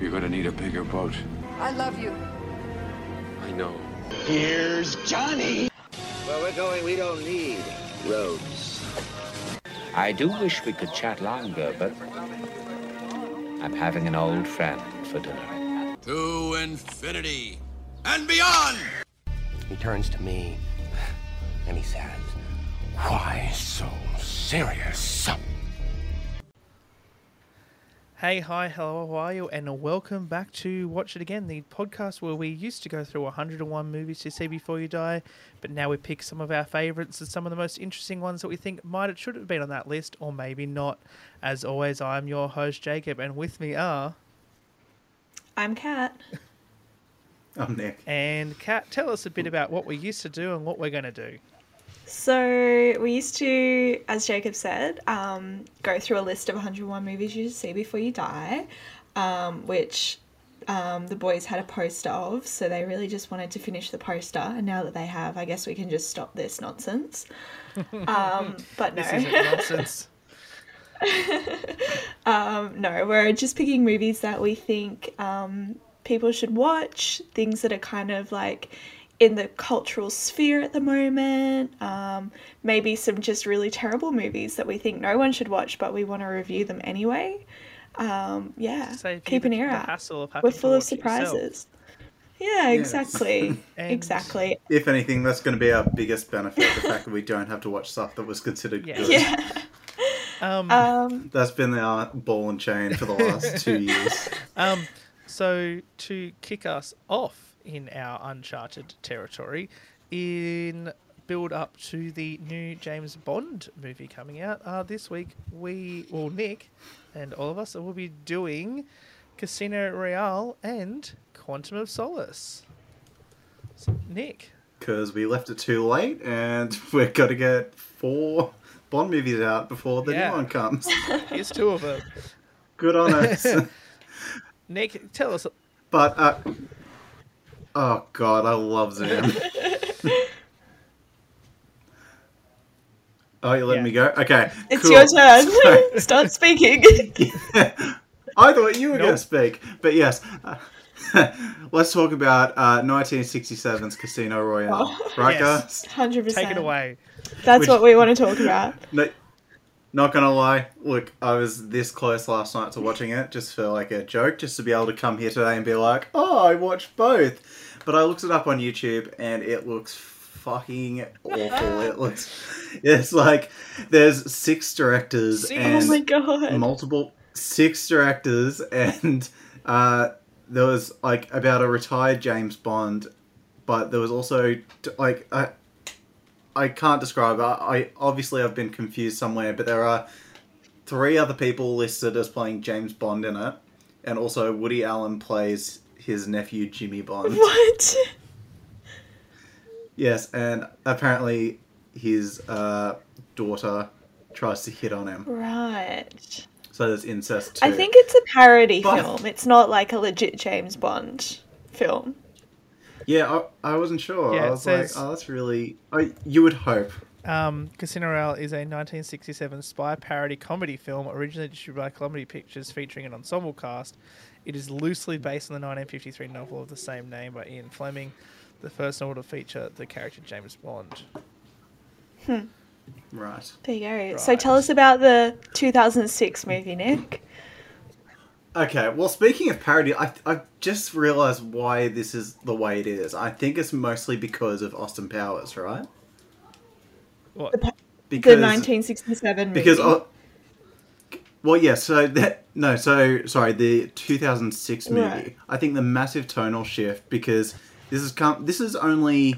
You're gonna need a bigger boat. I love you. I know. Here's Johnny. Where we're going, we don't need roads. I do wish we could chat longer, but I'm having an old friend for dinner. To infinity and beyond! He turns to me and he says, Why so serious? Hey, hi, hello, how are you? And welcome back to Watch It Again, the podcast where we used to go through 101 movies to see before you die, but now we pick some of our favourites and some of the most interesting ones that we think might it should have been on that list, or maybe not. As always, I'm your host, Jacob, and with me are. I'm Kat. I'm Nick. And Kat, tell us a bit about what we used to do and what we're going to do. So we used to, as Jacob said, um, go through a list of 101 movies you should see before you die, um, which um, the boys had a poster of. So they really just wanted to finish the poster, and now that they have, I guess we can just stop this nonsense. Um, but no, nonsense. no, we're just picking movies that we think um, people should watch, things that are kind of like in the cultural sphere at the moment. Um, maybe some just really terrible movies that we think no one should watch, but we want to review them anyway. Um, yeah, so keep an ear out. We're full of surprises. Yeah, yes. exactly. exactly. If anything, that's going to be our biggest benefit the fact that we don't have to watch stuff that was considered yeah. good. Yeah. Um, that's been our ball and chain for the last two years. so, to kick us off, in our uncharted territory in build up to the new James Bond movie coming out. Uh, this week, we, well, Nick and all of us will be doing Casino Royale and Quantum of Solace. So, Nick. Because we left it too late and we're going to get four Bond movies out before the yeah. new one comes. Here's two of them. Good on us. Nick, tell us. But uh, Oh god, I love Zam. oh, you letting yeah. me go? Okay. It's cool. your turn. So... Start speaking. yeah. I thought you were nope. going to speak, but yes. Uh, let's talk about uh, 1967's Casino Royale. Oh. Right, yes. guys? 100%. Take it away. That's Which... what we want to talk about. No, not gonna lie, look, I was this close last night to watching it just for like a joke, just to be able to come here today and be like, oh, I watched both. But I looked it up on YouTube and it looks fucking awful. it looks, it's like there's six directors six. and oh my God. multiple six directors and uh, there was like about a retired James Bond, but there was also like I. I can't describe. I, I, obviously I've been confused somewhere, but there are three other people listed as playing James Bond in it, and also Woody Allen plays his nephew Jimmy Bond. What? Yes, and apparently his uh, daughter tries to hit on him. Right. So there's incest. Too. I think it's a parody but... film. It's not like a legit James Bond film. Yeah, I, I, wasn't sure. Yeah, I was says, like, oh, that's really. I, you would hope. Um, Casino Royale is a 1967 spy parody comedy film originally distributed by Columbia Pictures featuring an ensemble cast. It is loosely based on the 1953 novel of the same name by Ian Fleming, the first novel to feature the character James Bond. Hmm. Right. There you go. Right. So tell us about the 2006 movie, Nick. Okay, well, speaking of parody, I, I just realised why this is the way it is. I think it's mostly because of Austin Powers, right? What? The, because, the 1967 movie. Because, uh, well, yeah, so that, no, so, sorry, the 2006 movie. Right. I think the massive tonal shift because this is, come, this is only,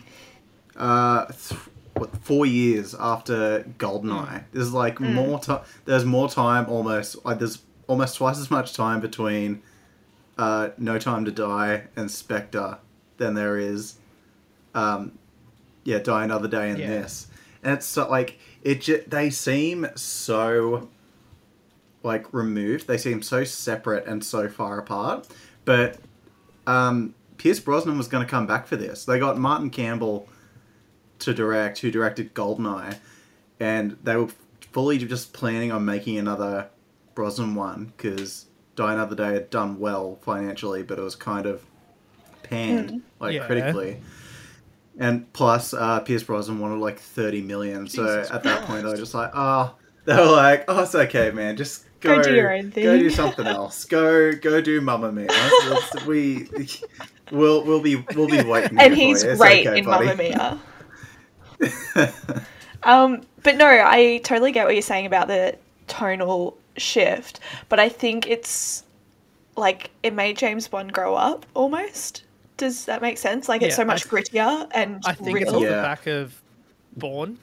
uh, th- what, four years after Goldeneye. Mm. There's like mm. more time, there's more time almost, like there's almost twice as much time between uh, No Time to Die and Spectre than there is, um, yeah, Die Another Day in yeah. this. And it's so, like it. J- they seem so like removed. They seem so separate and so far apart. But um, Pierce Brosnan was going to come back for this. They got Martin Campbell to direct, who directed Goldeneye, and they were fully just planning on making another Brosnan one because Die Another Day had done well financially, but it was kind of panned like Yeah. critically. And plus, uh, Pierce Brosnan wanted like thirty million. So Jesus at that point, they were just like, ah, they were like, oh, it's okay, man. Just go, Go do your own Go thing." do something else. go go do Mamma Mia. Let's- we we'll we'll be we'll be waiting. and here for he's you. It's great okay, in buddy. Mamma Mia. um, but no, I totally get what you're saying about the tonal shift, but I think it's like it made James Bond grow up almost. Does that make sense? Like it's Yeah, so I much grittier and I think it's real. off the Yeah. back of Born.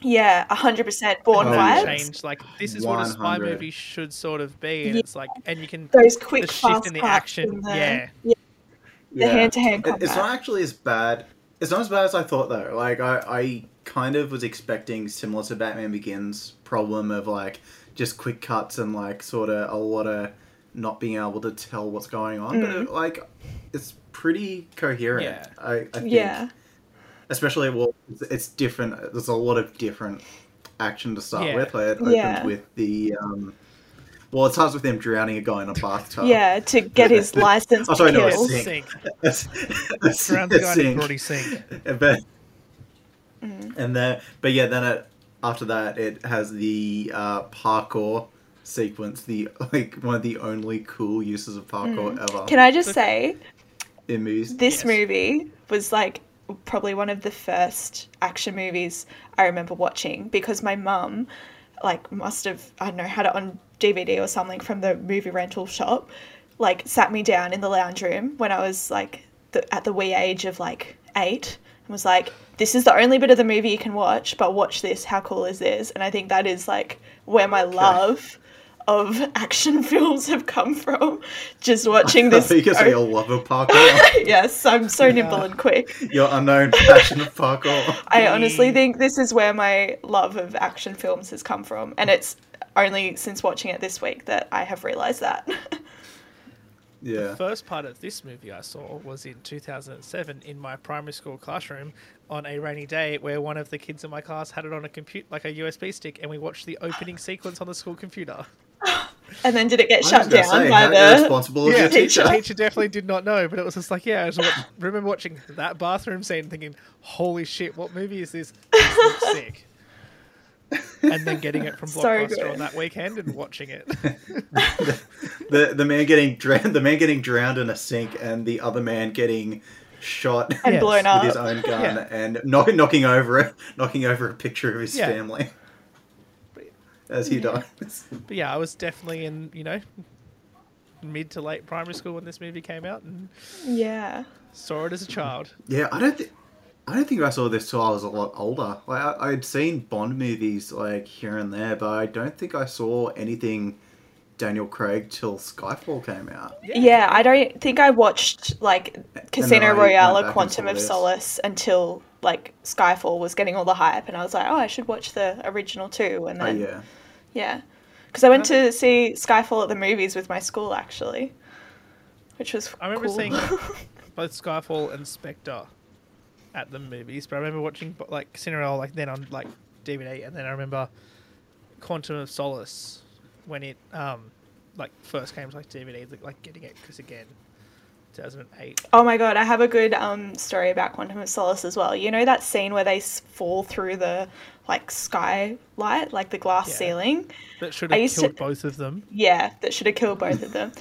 yeah, hundred percent born Oh, vibes. yeah. Change like this is what a spy 100. movie should sort of be, and Yeah. it's like, and you can Those quick the fast shift in the cuts action, and the- yeah. the hand-to-hand It- It's not combat. actually as bad. It's not as bad as I thought though. Like I, I kind of was expecting similar to Batman Begins problem of like just quick cuts and like sort of a lot of not being able to tell what's going on, but Mm. it, like it's pretty coherent. Yeah. I, I think. Yeah, especially well it's, it's different there's a lot of different action to start Yeah. with like, it opens Yeah. with the um well it starts with them drowning a guy in a bathtub yeah, to get his license Oh, to sorry, no, I kill. see. Sink. That's- that's- Surround the guy that's in a it. karate sink. but Mm-hmm. and then but yeah then it after that it has the uh parkour sequence the like one of the only cool uses of parkour ever Mm-hmm. Can I just say in movies this Yes. movie was like probably one of the first action movies I remember watching because my mum like must have I don't know had it on DVD or something from the movie rental shop like sat me down in the lounge room when I was like the, at the wee age of like 8 and was like this is the only bit of the movie you can watch but watch this how cool is this and I think that is like where my love of action films have come from just watching this you can say o- your love of parkour yes, I'm so nimble and quick. your unknown passion of parkour I honestly think this is where my love of action films has come from, and it's only since watching it this week that I have realized that. yeah First part of this movie I saw was in 2007 in my primary school classroom on a rainy day where one of the kids in my class had it on a compute like a USB stick and we watched the opening sequence on the school computer. and then did it get I was shut gonna down say, by how the? irresponsible is your teacher. teacher. teacher definitely did not know, but it was just like, yeah, I was watch- remember watching that bathroom scene thinking, holy shit, what movie is this? This looks sick. And then getting it from So Blockbuster good. on that weekend and watching it. The the man getting drowned, the man getting drowned in a sink, and the other man getting shot And uh, Yes. blown with his up. own gun Yeah. and knock, knocking over it, knocking over a picture of his Yeah. family as he dies. But yeah, I was definitely in, you know, mid to late primary school when this movie came out and Yeah. saw it as a child. Yeah, I don't think. I don't think I saw this till I was a lot older. Like I, I'd seen Bond movies like here and there, but I don't think I saw anything Daniel Craig till Skyfall came out. yeah, I don't think I watched like Casino I Royale went back or and Quantum saw of this. Solace until like Skyfall was getting all the hype, and I was like, oh, I should watch the original too, and Oh then yeah, Yeah. Because I went to see Skyfall at the movies with my school, actually. Which was I remember cool. seeing both Skyfall and Spectre at the movies, but I remember watching bo- like Cinderella like then on like DVD, and then I remember Quantum of Solace when it um like first came to like DVD, like, like getting it because again, 2008. oh my god, I have a good um, story about Quantum of Solace as well. You know that scene where they s- fall through the like skylight, like the glass Yeah. ceiling? That should I have used to- killed both of them. Yeah, that should have killed both of them.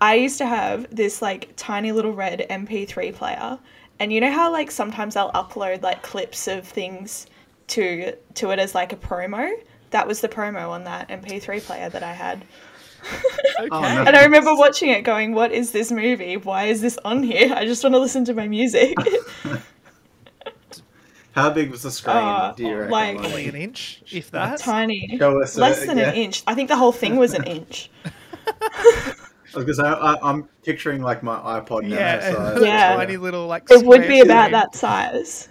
I used to have this like tiny little red MP3 player, and you know how like sometimes I'll upload like clips of things to to it as like a promo. That was the promo on that MP3 player that I had. Okay. Oh, no. And I remember watching it going, What is this movie? Why is this on here? I just want to listen to my music. how big was the screen? Uh, do you reckon? like- Only an inch, if that. Tiny. Show us Less it, than an yeah. inch. I think the whole thing was an inch. Because I, I, I'm picturing like my iPod now. Yeah, So Yeah. tiny little like. It would square be about screen. that size.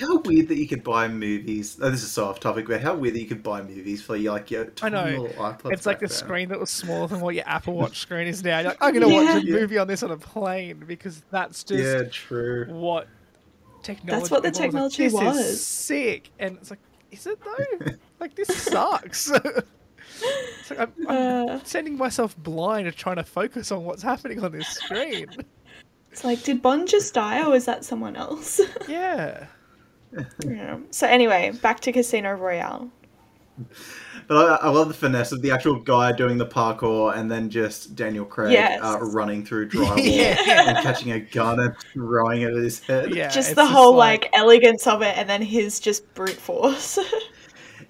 How weird that you could buy movies. Oh, this is so off topic, but how weird that you could buy movies for your like your I tiny know. little iPod. It's like the background. screen that was smaller than what your Apple Watch screen is now. You're like, I'm going to watch a Yeah. movie on this on a plane because that's just Yeah, true. what technology. That's what the everyone like, technology this is was." sick, and it's like, is it though? like this sucks. so like I'm, I'm sending myself blind and trying to focus on what's happening on this screen. It's like, did Bond just die or was that someone else? yeah. Yeah. So anyway, back to Casino Royale. But I, I love the finesse of the actual guy doing the parkour and then just Daniel Craig Yes. uh, running through drywall and catching a gun and throwing it at his head. Yeah. just it's the whole like, elegance of it, and then his just brute force.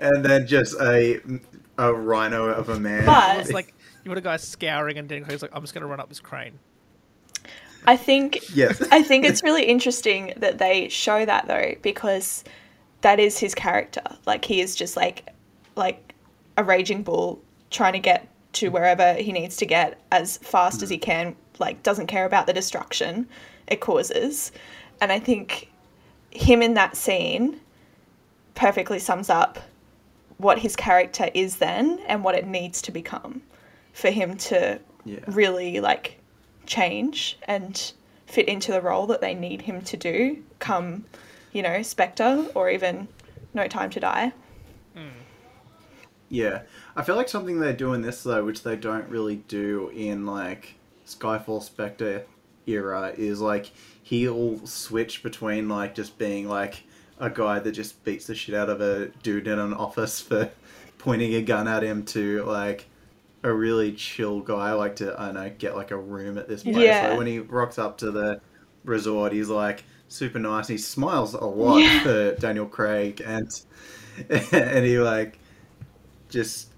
And then just a, a rhino of a man. But- It's like you want a guy scouring and then he's like, I'm just going to run up this crane. I think yes. I think it's really interesting that they show that though, because that is his character. Like he is just like like a raging bull trying to get to wherever he needs to get as fast as he can, like doesn't care about the destruction it causes. And I think him in that scene perfectly sums up what his character is then and what it needs to become for him to Yeah. really like change and fit into the role that they need him to do come you know spectre or even no time to die Yeah, I feel like something they do in this though, which they don't really do in like Skyfall Spectre era, is like he'll switch between like just being like a guy that just beats the shit out of a dude in an office for pointing a gun at him to like a really chill guy, like to I don't know get like a room at this place. Yeah. Like when he rocks up to the resort, he's like super nice. He smiles a lot Yeah. for Daniel Craig, and and he like just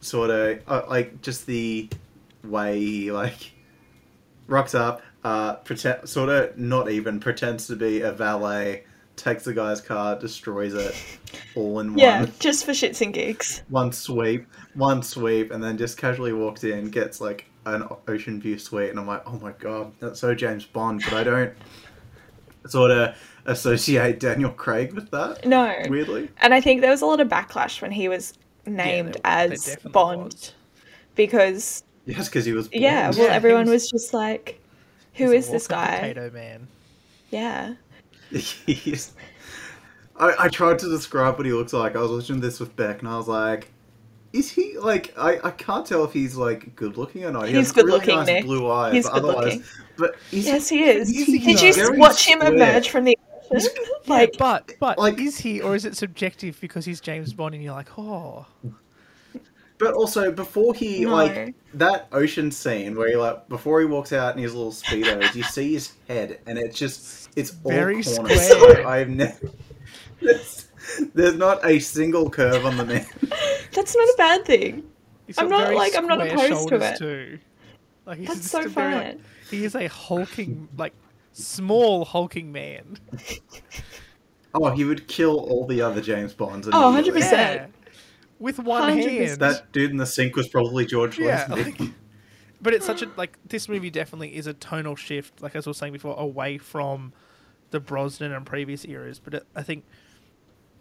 sort of uh, like just the way he like rocks up, uh, pretend sort of not even pretends to be a valet, takes the guy's car, destroys it, all in yeah one just for shits and gigs one sweep, one sweep, and then just casually walks in, gets like an ocean view suite, and I'm like, oh my god, that's so James Bond, but I don't sort of associate Daniel Craig with that. no Weirdly, and i think there was a lot of backlash when he was named there- there as definitely bond was. because yes, because he was. yeah Bond. well Yeah, he everyone was- was just like who He's is a this walking guy Potato man. yeah He's- I, I tried to describe what he looks like. I was watching this with Beck, and I was like, "Is he like? I, I can't tell if he's like good looking or not. He He's has good really looking, nice Nick. blue eyes. He's but good otherwise, looking. but is yes he is he did you very watch him square? emerge from the ocean like But but Like- is he or is it subjective because he's James Bond and you're like, oh, But also before he No. like that ocean scene where he like before he walks out in his little speedos, you see his head, and it's just it's Very all corners. square. I've never. There's, there's not a single curve on the man. that's not a bad thing he's I'm got not, very like, I'm not square opposed to shoulders it. Too. Like he's That's just so a very, like- fine. he is a hulking, like small hulking man. Oh, he would kill all the other James Bonds. Oh, immediately. 100%. Yeah. With one 100%. hand. That dude in the sink was probably George yeah. Lazenby. like- but it's such a like this movie definitely is a tonal shift, like as I was saying before, away from the Brosnan and previous eras. But it, I think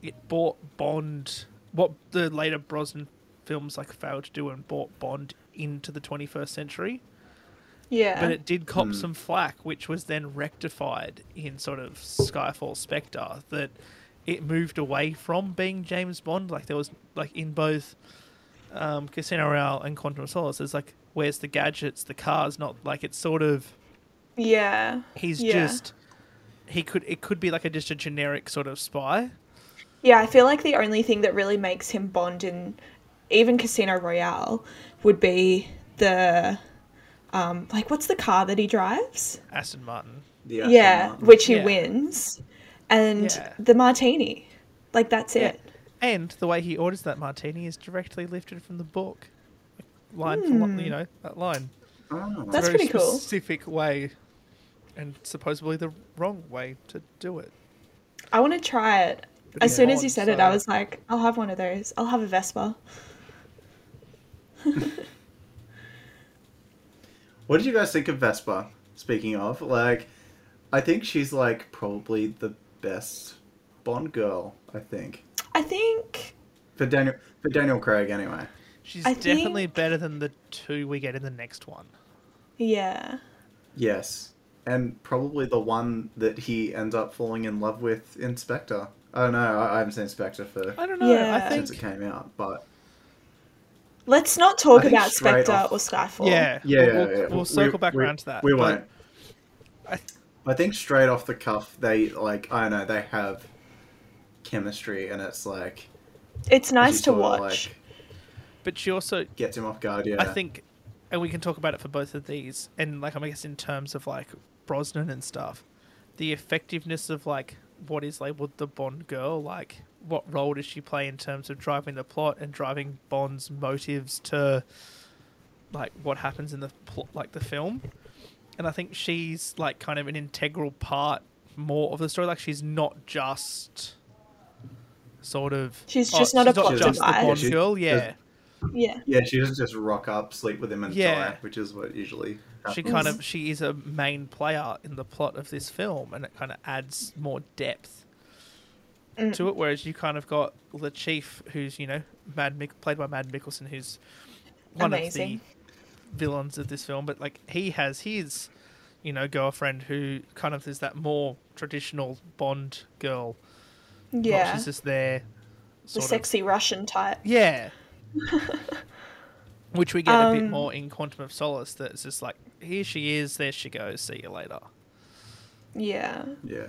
it brought Bond, what the later Brosnan films like failed to do, and brought Bond into the 21st century. yeah But it did cop some flack, which was then rectified in sort of Skyfall Spectre, that it moved away from being James Bond. Like there was like in both um, Casino Royale and Quantum of Solace, there's like where's the gadgets, the cars, not like it's sort of yeah he's Yeah. just he could it could be like a just a generic sort of spy. Yeah, I feel like the only thing that really makes him Bond in even Casino Royale would be the um like what's the car that he drives? Aston Martin. Yeah, yeah, someone. which he Yeah. wins. And Yeah. the martini. Like that's Yeah. it. And the way he orders that martini is directly lifted from the book. Line for line, you know, that line. Oh. That's very pretty cool. specific way, and supposedly the wrong way to do it. I want to try it. But As he's soon as Bond, you said it, I so- was like, I'll have one of those. I'll have a Vespa. What did you guys think of Vespa? Speaking of, like, I think she's like probably the best Bond girl. I think I think for Daniel for Daniel Craig anyway. She's I definitely think- better than the two we get in the next one. yeah. Yes, and probably the one that he ends up falling in love with Oh, in Spectre. I don't know. I, I haven't seen Spectre for I don't know. Yeah. I since it think came out, but Let's not talk I think about straight Spectre off- or Skyfall. Yeah, Yeah, we'll, yeah, yeah. we'll circle back we, around to that. We but won't. I- I, think straight off the cuff, they like I don't know they have chemistry, and it's like It's nice she to sorta, watch. Like, But you also, gets him off guard. Yeah, I think, and we can talk about it for both of these, and like I guess in terms of like Brosnan and stuff, the effectiveness of like what is labeled the Bond girl, like what role does she play in terms of driving the plot and driving Bond's motives to like what happens in the plot, like the film, and I think she's like kind of an integral part more of the story. Like she's not just sort of Oh, She's just not a she's plot just the device. Bond She's- girl, yeah. Yeah. Yeah, she doesn't just rock up, sleep with him, and Yeah. die, which is what usually. she happens. kind of she is a main player in the plot of this film and it kind of adds more depth Mm. to it whereas you kind of got the chief who's you know mad Mick, played by mad mickelson who's one Amazing. of the villains of this film but like he has his you know girlfriend who kind of is that more traditional bond girl not Yeah. she's just there The sort of sexy Russian type. yeah. Which we get a bit more in Quantum of Solace that it's just like, here she is, there she goes, see you later. Yeah. Yeah.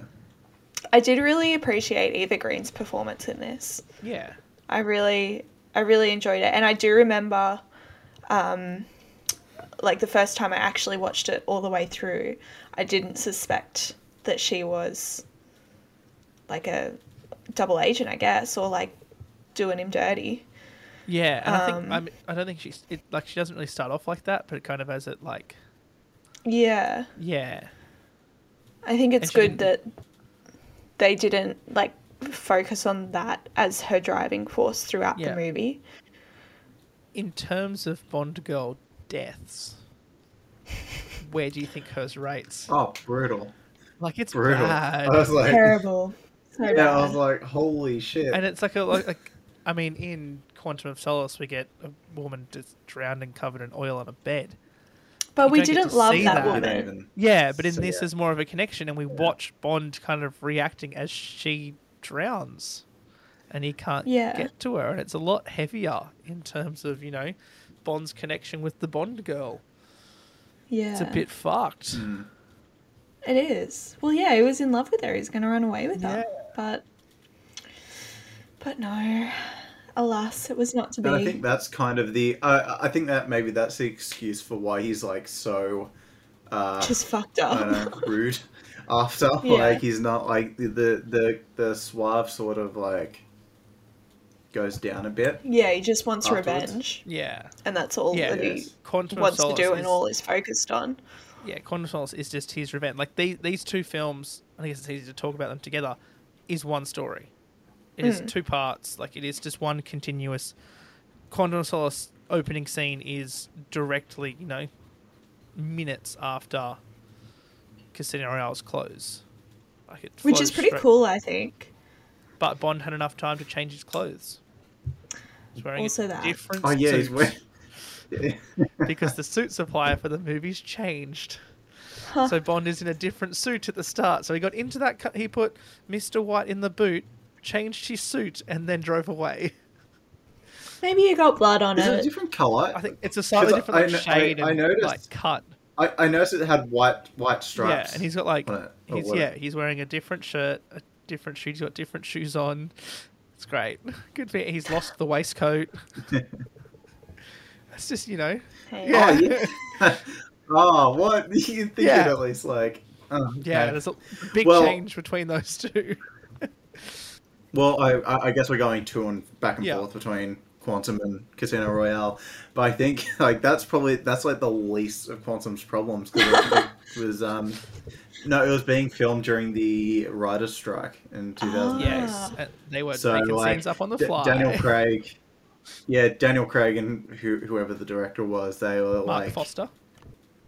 I did really appreciate Eva Green's performance in this. Yeah. I really, I really enjoyed it, and I do remember, um, like the first time I actually watched it all the way through, I didn't suspect that she was, like a double agent, I guess, or like doing him dirty. Yeah, and I think I, mean, I don't think she's it, like she doesn't really start off like that, but it kind of as it like Yeah, yeah, I think it's she good that they didn't like focus on that as her driving force throughout Yeah. the movie. in terms of Bond girl deaths, where do you think hers rates? Oh, brutal. Like it's Brutal. bad, I was like, Terrible. So yeah, I bad. was like, holy shit. and it's like a like, like I mean, in Quantum of Solace, we get a woman just drowned and covered in oil on a bed. but we don't get to didn't love see that that. You don't woman. even- Yeah, but in So, this yeah. is more of a connection, and we watch Bond kind of reacting as she drowns, and he can't Yeah. get to her, and it's a lot heavier in terms of you know Bond's connection with the Bond girl. Yeah. It's a bit fucked. It is. Well, yeah, he was in love with her. He's going to run away with her. But, but no. Alas, it was not to be. But I think that's kind of the. Uh, I think that maybe that's the excuse for why he's like so. Uh, Just fucked I don't up. know, rude. After Yeah. like he's not like the, the the the suave sort of like goes down a bit. yeah, he just wants Afterwards. revenge, Yeah, and that's all Yeah, that yes. he Quantum of wants to Solace do, and is- all is focused on. yeah. Quantum of Solace is just his revenge. Like these these two films, I guess it's easy to talk about them together. Is one story. It Hmm. is two parts. Like it is just one continuous. Quantum of Solace opening scene is directly you know minutes after Casino Royale's close. Like it Which is flows pretty straight- cool, I think. But Bond had enough time to change his clothes. He's wearing a Also that. different Oh yeah, he's suit wearing. Yeah. because the suit supplier for the movies changed. So Bond is in a different suit at the start. So he got into that. cu- He put Mister White in the boot, changed his suit, and then drove away. Maybe you got blood on Is it a it. different color? I think it's a slightly 'Cause different like, I kn- I- shade I and noticed. like cut. I, I noticed it had white white Yeah, stripes. and he's got like on it, or he's what it- yeah he's wearing a different shirt, a different shoes. He's got different shoes on. It's great. Good bit. He's lost the waistcoat. It's just you know Hey. yeah. Oh, yeah. oh, what you think Yeah. it at least like. Oh, yeah. okay. There's a big Well- change between those two. Well, I- I, I guess we're going to and back and Yeah. forth between Quantum and Casino Royale, but I think like that's probably that's like the least of Quantum's problems because it, it was um no, it was being filmed during the writers' strike in two thousand. Yes, Ah. and they Ah. were so making like scenes up on the D- fly. Daniel Craig, yeah, Daniel Craig and who, whoever the director was, they were Mark like Foster.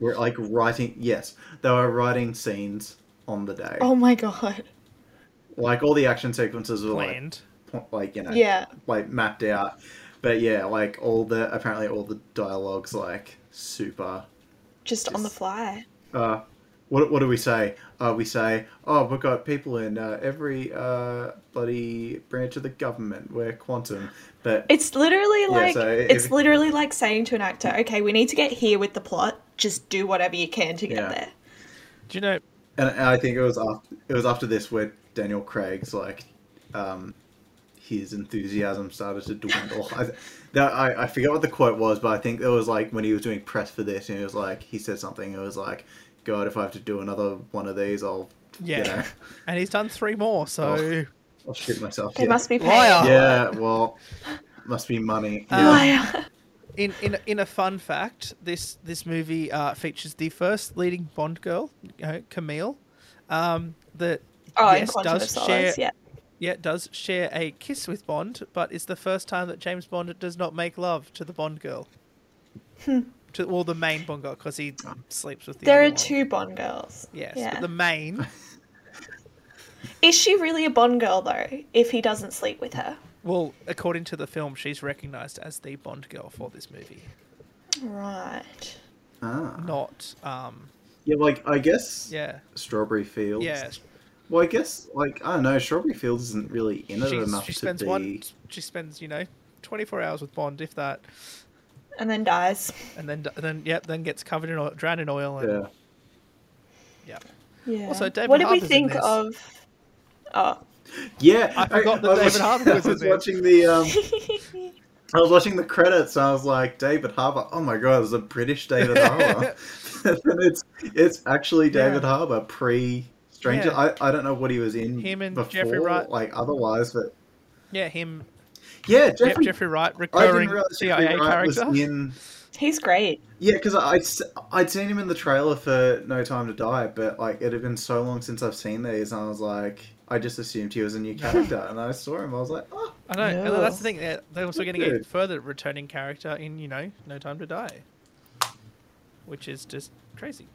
were like writing. Yes, they were writing scenes on the day. Oh my god. Like all the action sequences were like Planned. po- like you know Yeah. like mapped out but yeah like all the apparently all the dialogues like super Just on the fly. uh What, what do we say? Uh, we say, oh, we've got people in uh, every uh, bloody branch of the government. We're quantum. But It's literally like so i- it's if- literally like saying to an actor, "Okay, we need to get here with the plot. Just do whatever you can to get Yeah. there." Do you know? and, and I think it was after it was after this where Daniel Craig's like, um, his enthusiasm started to dwindle. I, that, I I forget what the quote was, but I think it was like when he was doing press for this, and it was like he said something. It was like, God, if I have to do another one of these, I'll Yeah. you know, Oh. And he's done three more, so I'll shoot myself. They yeah. must be paying. Liar. Yeah, well, must be money. Oh, yeah. Liar. in, in in a fun fact, this this movie uh, features the first leading Bond girl, you know, Camille, um, that Oh, in yes Quantum of does share Solace. Yeah. yeah does share a kiss with Bond, but it's the first time that James Bond does not make love to the Bond girl. to well, the main Bond girl because he Oh. sleeps with the. Hmm. There other are one. two Bond girls. Yes, Yeah. but the main. Is she really a Bond girl though? If he doesn't sleep with her, Well, according to the film, she's recognised as the Bond girl for this movie, right? not um Ah. yeah, like I guess yeah Strawberry Fields. yeah. Well, I guess like I don't know, Strawberry Fields isn't really in it She's, enough she to spends be. one. She spends you know. 24 hours with Bond, if that, And then dies. and then then yep, then gets covered in oil, drowned in oil, and Yeah. yeah. Yeah. Also, David what did we Harbour's in think this. of? Oh, Yeah, I forgot that David Harbour was I in was there. watching the Oh. um, I was watching the credits, and I was like, David Harbour. Oh my god, it's a British David Harbour. and it's it's actually David Yeah. Harbour pre Stranger. Yeah. I, I don't know what he was in Him and before, Jeffrey Wright. like otherwise, but yeah, him, yeah, Jeffrey. yep, Jeffrey Wright, I didn't recurring realize Jeffrey CIA Wright was character. in. he's great. Yeah, because I'd, s- I'd seen him in the trailer for No Time to Die, but like it had been so long since I've seen these, and I was like, I just assumed he was a new character, and I saw him, I was like, oh, I know. and Yeah. That's the thing. They're, they're also going to Good. get further returning character in, you know, No Time to Die, which is just crazy.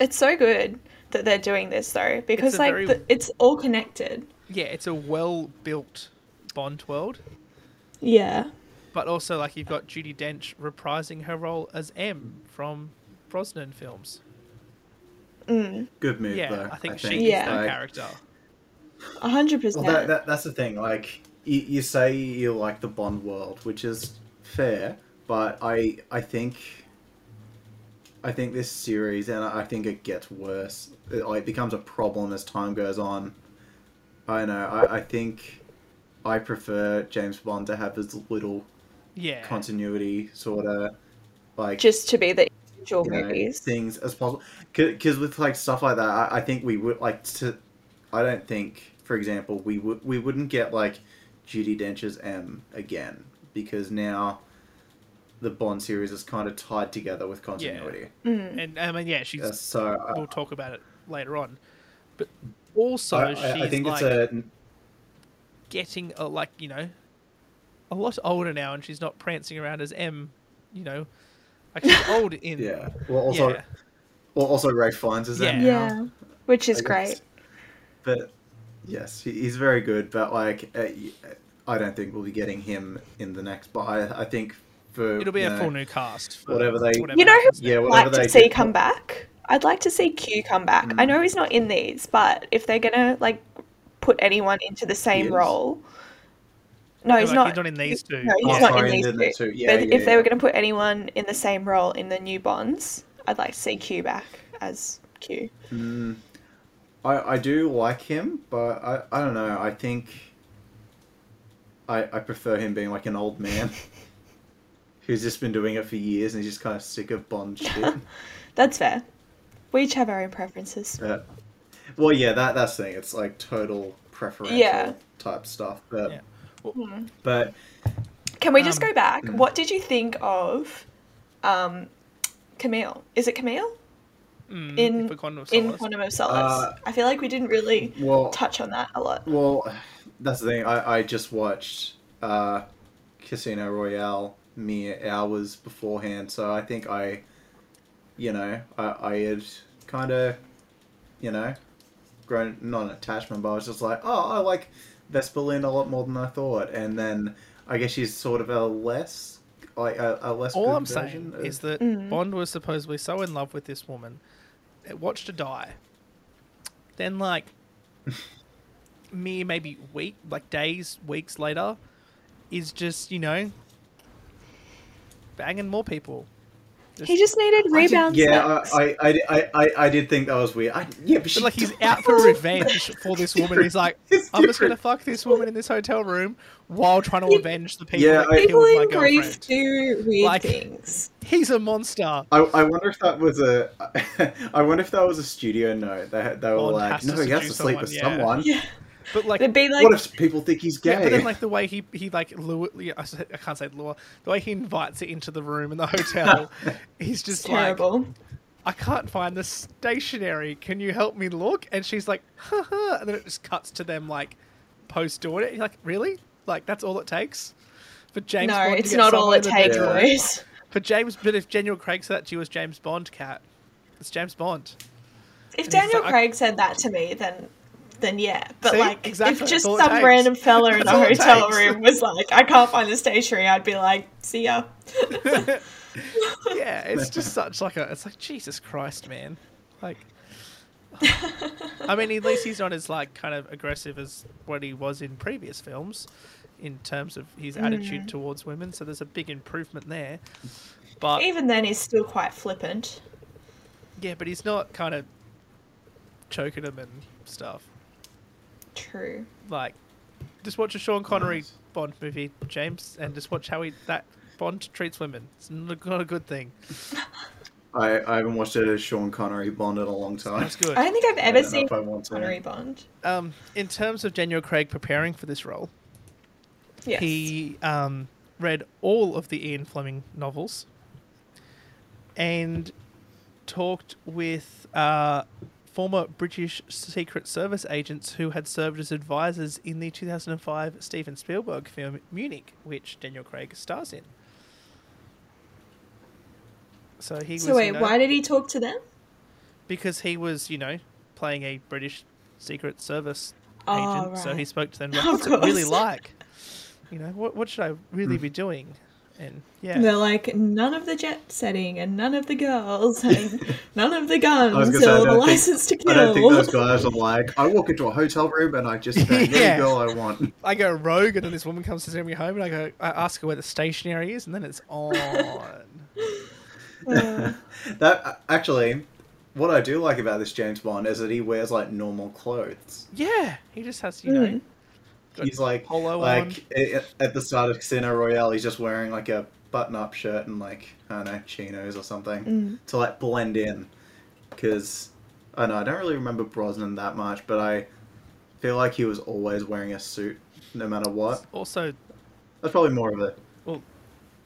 It's so good that they're doing this though, because a like very- the, it's all connected. Yeah, it's a well-built Bond world, Yeah. but also like you've got Judy Dench reprising her role as M from Brosnan films. good move Yeah, though. I think she she's is Yeah. that like, character. A hundred Well, percent. that, that, that's the thing. Like you, you say you like the Bond world, which is fair, but I I think I think this series, and I think it gets worse. It like becomes a problem as time goes on. I know. I, I think I prefer James Bond to have as little Yeah, continuity, sort of like Just to be the individual you know, movies. things as possible. Because with like stuff like that, I, I think we would like to. I don't think, for example, we would we wouldn't get like Judy Dench's M again because now the Bond series is kind of tied together with continuity. Mm. and I mean, yeah, she's. Uh, so I, We'll talk about it later on, but also I, she's I, I think like it's a getting a, like you know a lot older now, and she's not prancing around as M. You know, like she's old in yeah. Well, also yeah. well, also Ray finds is Yeah. M now. yeah. Which is I guess. great. But yes, he- he's very good. But like, uh, y- I don't think we'll be getting him in the next. But I, I think for It'll be you a know, full new cast. for whatever they- You know who happens Yeah, I'd whatever like to they see did- Mm. come back? I'd like to see Q come back. I know he's not in these, but if they're gonna like put anyone into the same is. role, no, No, he's like, not. he's not in these two. No, he's Oh, not sorry, in in these the two. two. Yeah, but yeah, if they yeah. were gonna put anyone in the same role in the new Bonds, I'd like to see Q back as Q. I, I do like him, but I, I don't know. I think I, I prefer him being like an old man who's just been doing it for years and he's just kind of sick of Bond shit. That's fair. We each have our own preferences. but, well, yeah, that that's the thing. It's like total preferential Yeah. Hmm. type stuff. But Yeah. but Can we just Um, go back? What did you think of um, Camille? Is it Camille? in for Quantum of in Solace. Quantum of Solace. Uh, I feel like we didn't really well, touch on that a lot. Well, that's the thing. I, I just watched uh, Casino Royale mere hours beforehand, so I think I, you know, I, I had kind of, you know, grown not an attachment, but I was just like, oh, I like Vespa Lynn a lot more than I thought, and then I guess she's sort of a less, like a, a less. All good I'm version saying of- Mm. is that Bond was supposedly so in love with this woman watch to die. Then like mere maybe week, like days, weeks later, is just you know banging more people. He just needed rebound yeah, sex. I, I, I, I, I did think that was weird. I, yeah, but, she But like he's died. out for revenge for this woman. He's like, It's I'm just gonna different. fuck this woman in this hotel room while trying to Yeah. avenge the people Yeah, that I- People killed my in Greece girlfriend. do weird Like- things. He's a monster. I, I wonder if that was a. I wonder if that was a studio note. They had- they were Bond like, has to no, he has to seduce sleep someone, with yeah. someone. Yeah, But like it'd be like What if people think he's gay? Yeah, but then like the way he he like lure, yeah, I said- I can't say lure, the way he invites it into the room in the hotel, he's it's just terrible. like, I can't find the stationery. Can you help me look? And she's like, ha ha, and then it just cuts to them like post doing it. You're like, really? Like that's all it takes for James? no, Bond to it's get not all someone it in the takes, bedroom? boys. For James, but if Daniel Craig said that to you as James Bond, cat, it's James Bond. If he's Daniel like, I- Craig said that to me, then then yeah. But See? like, Exactly, if that's just all some it takes. random fella in That's a all it hotel takes. room was like, "I can't find the stationery," I'd be like, "See ya." yeah, it's just such like a. It's like Jesus Christ, man. Like, I mean, at least he's not as like kind of aggressive as what he was in previous films, in terms of his attitude towards women. So there's a big improvement there. But Even then, he's still quite flippant. yeah, but he's not kind of choking them and stuff. True. Like, just watch a Sean Connery Bond movie, James, and just watch how he that Bond treats women. It's not a- not a good thing. I, I haven't watched a Sean Connery Bond in a long time. That's good. I don't think I've I ever don't know seen if I want to. Connery Bond. Um, in terms of Daniel Craig preparing for this role, Yes. He um, read all of the Ian Fleming novels and talked with uh, former British Secret Service agents who had served as advisors in the 2005 Steven Spielberg film Munich, which Daniel Craig stars in. So he so was. wait, you know, why did he talk to them? because he was, you know, playing a British Secret Service Oh, agent, so he right. spoke to them. Of Like, What's it really course. like? You know, what what should I really be doing? And yeah, And They're like none of the jet setting and none of the girls and none of the guns I was or gonna say, I the don't, license to think, kill. I don't think those guys are like, I walk into a hotel room and I just say, Yeah. any girl I want. I go rogue, and then this woman comes to send me home, and I go, I ask her where the stationery is, and then it's on. Uh, That Actually, what I do like about this James Bond is that he wears like normal clothes. yeah, he just has, you Mm. know, got He's like, polo on. like a- a- at the start of Casino Royale, he's just wearing like a button-up shirt and like I don't know chinos or something Mm. to like blend in. Because I don't know I don't really remember Brosnan that much, but I feel like he was always wearing a suit no matter what. Also, That's probably more of a well,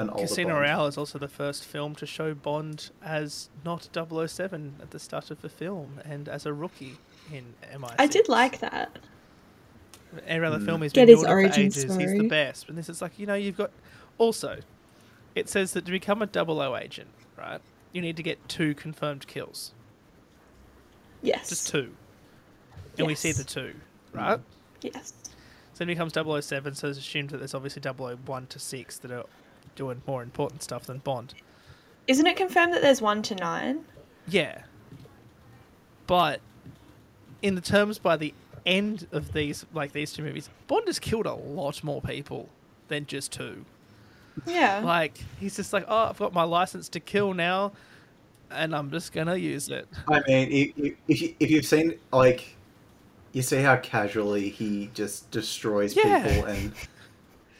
an older Casino Bond. Royale is also the first film to show Bond as not 007 at the start of the film and as a rookie in MI. I did like that. every other film he's Get been his doing for origin ages. He's the story. best. And this is like, you know, you've got. Also, it says that to become a double O agent, right, you need to get two confirmed kills. Yes. Just two. And we see Yes. the two, right? Yes. So then it becomes 007, so it's assumed that there's obviously 001 to 6 that are doing more important stuff than Bond. Isn't it confirmed that there's one to nine? Yeah. But in the terms by the end of these like these two movies, Bond has killed a lot more people than just two. Yeah. Like he's just like, oh, I've got my license to kill now, and I'm just gonna use it. I mean, if- if, if, you, if you've seen like, you see how casually he just destroys Yeah. people and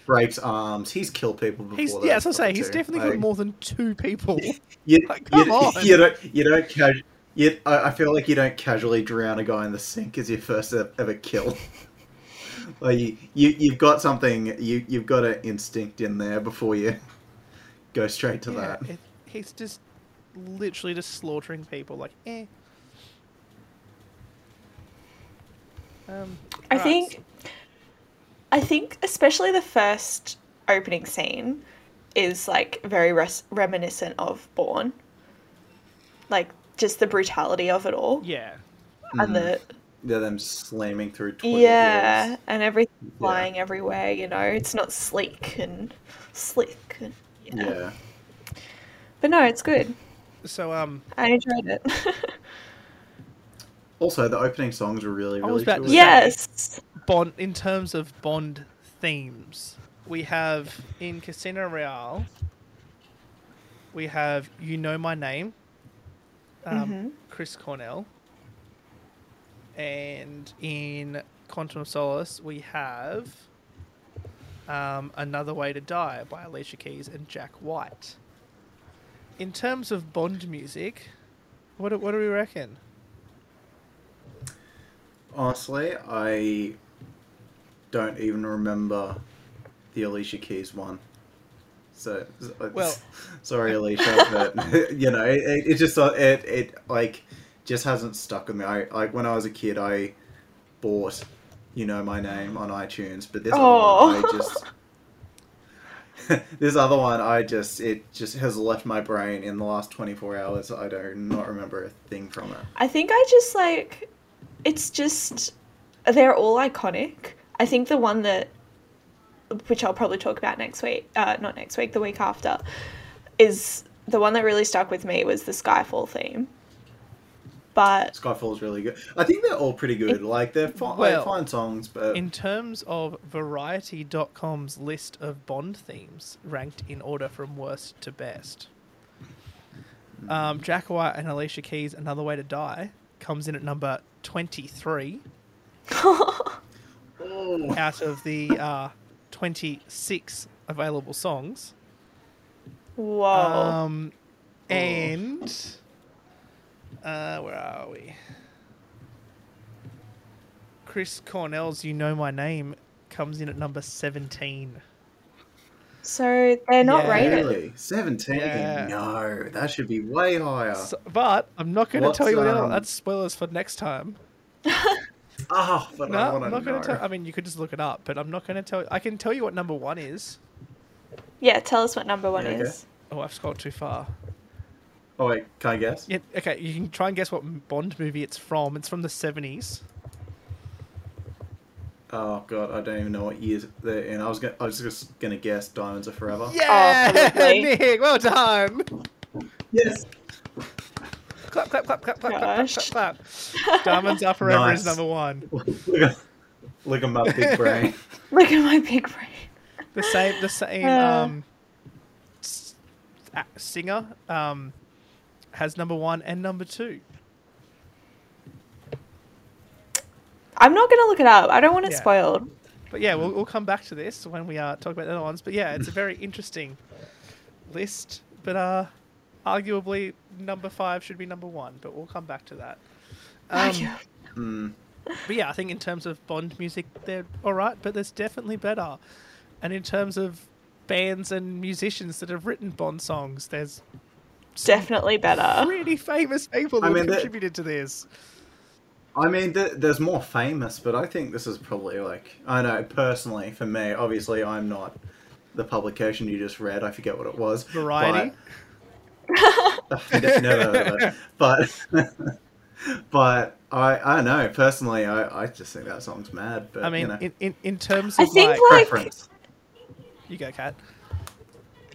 breaks arms. He's killed people before. He's that yeah, as I as well, say, he's too. definitely Like- killed more than two people. You, Like, come you, on. you don't. You don't. Casu- you, I, I feel like you don't casually drown a guy in the sink as your first e- ever kill. like you, you, you've got something. You, you've got an instinct in there before you go straight to Yeah, that. it- he's just literally just slaughtering people. Like, eh. Um, I right, think I think especially the first opening scene is like very res- reminiscent of Born. Like just the brutality of it all Yeah, and the They're them slamming through. toilet yeah, walls. and everything flying everywhere, you know. It's not sleek and slick and yeah. Yeah. But no, it's good. so um, I enjoyed it. Also, the opening songs were really, I really was about cool. to say- Yes. Bond in terms of Bond themes, we have in Casino Royale, we have You Know My Name, um, Chris Cornell, and in Quantum of Solace we have um, Another Way to Die by Alicia Keys and Jack White. In terms of Bond music, what do, what do we reckon? Honestly, I don't even remember the Alicia Keys one. So, s- Well- sorry, Alicia, but you know, it, it- it just uh, it it like just hasn't stuck with me. I like when I was a kid, I bought you know my name on iTunes, but this other one, I Oh. just this other one, I just it just has left my brain in the last twenty four hours. I do not remember a thing from it. I think I just like it's just they're all iconic. I think the one that which I'll probably talk about next week, uh, not next week, the week after, is the one that really stuck with me was the Skyfall theme. But Skyfall's really good. I think they're all pretty good. like they're fi- Well, like, fine songs, but In terms of Variety.com's list of Bond themes, ranked in order from worst to best, um, Jack White and Alicia Keys' "Another Way to Die" comes in at number twenty-three out of the uh, twenty-six available songs, whoa, um, and uh, where are we? Chris Cornell's "You Know My Name" comes in at number seventeen. so they're not yeah. rated. really seventeen. Yeah. No, that should be way higher. So- but I'm not going to What's, tell you what else. um, That's spoilers for next time. Ah, but No, I I'm want to not going know. to tell. I mean, you could just look it up, but I'm not going to tell. I can tell you what number one is. Yeah, tell us what number one Yeah, okay. is. Oh, I've scrolled too far. oh wait, can I guess? Yeah, okay, you can try and guess what m- Bond movie it's from. It's from the 70s. Oh god, I don't even know what years they're in. I was gonna, I was just gonna guess Diamonds Are Forever. Yeah, lovely. Nick, well done. Yes. Clap, clap, clap, clap, clap, clap, clap, Gosh. clap, clap. Diamonds Are Forever is Nice. number one. look, at, look at my big brain. Look at my big brain. The same, the same Uh. um, s- a- singer um, has number one and number two. I'm not gonna look it up. I don't want it Yeah. spoiled. But yeah, we'll, we'll come back to this when we uh, talk about the other ones. But yeah, it's a very interesting list. But uh, arguably, number five should be number one. But we'll come back to that. Um, Argu- Hmm. but yeah, I think in terms of Bond music, they're all right, but there's definitely better. And in terms of bands and musicians that have written Bond songs, there's Definitely better. pretty famous people I that have mean, that- contributed to this. I mean, th- there's more famous, but I think this is probably like I know personally for me. Obviously, I'm not the publication you just read. I forget what it was. but- Variety? I've never heard of it. But but I I don't know personally. I I just think that song's mad. But I mean, you know, in, in, in terms I of think like, like preference. you go, Cat.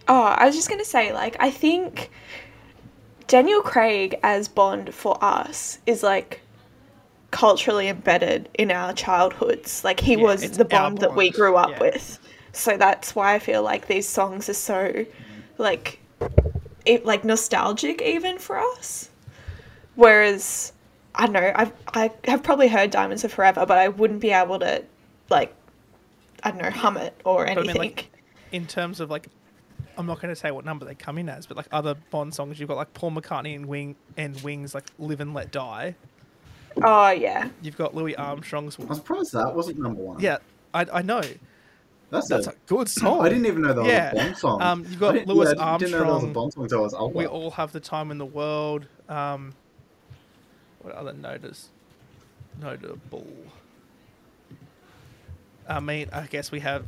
Oh, I was just going to say, like, I think Daniel Craig as Bond for us is like culturally embedded in our childhoods. Like, he Yeah, was it's the our Bond that we Bond. grew up Yeah. with. So that's why I feel like these songs are so, like, it, like nostalgic even for us. Whereas, I don't know, I've, I have probably heard Diamonds Are Forever, but I wouldn't be able to, like, I don't know, hum it or But I anything. mean, like, in terms of like, I'm not going to say what number they come in as, but like other Bond songs, you've got like Paul McCartney and Wing and Wings, like "Live and Let Die." oh, yeah. You've got Louis Armstrong's. Mm. I'm surprised that wasn't number one. Yeah, I, I know that's, that's a, a good song. I didn't even know that Yeah. was a Bond song. Um, you've got I didn't- Louis yeah, I didn't know that was a Armstrong. Bond song until I was older. We all have the time in the world. Um, what other notice? Notable. I mean, I guess we have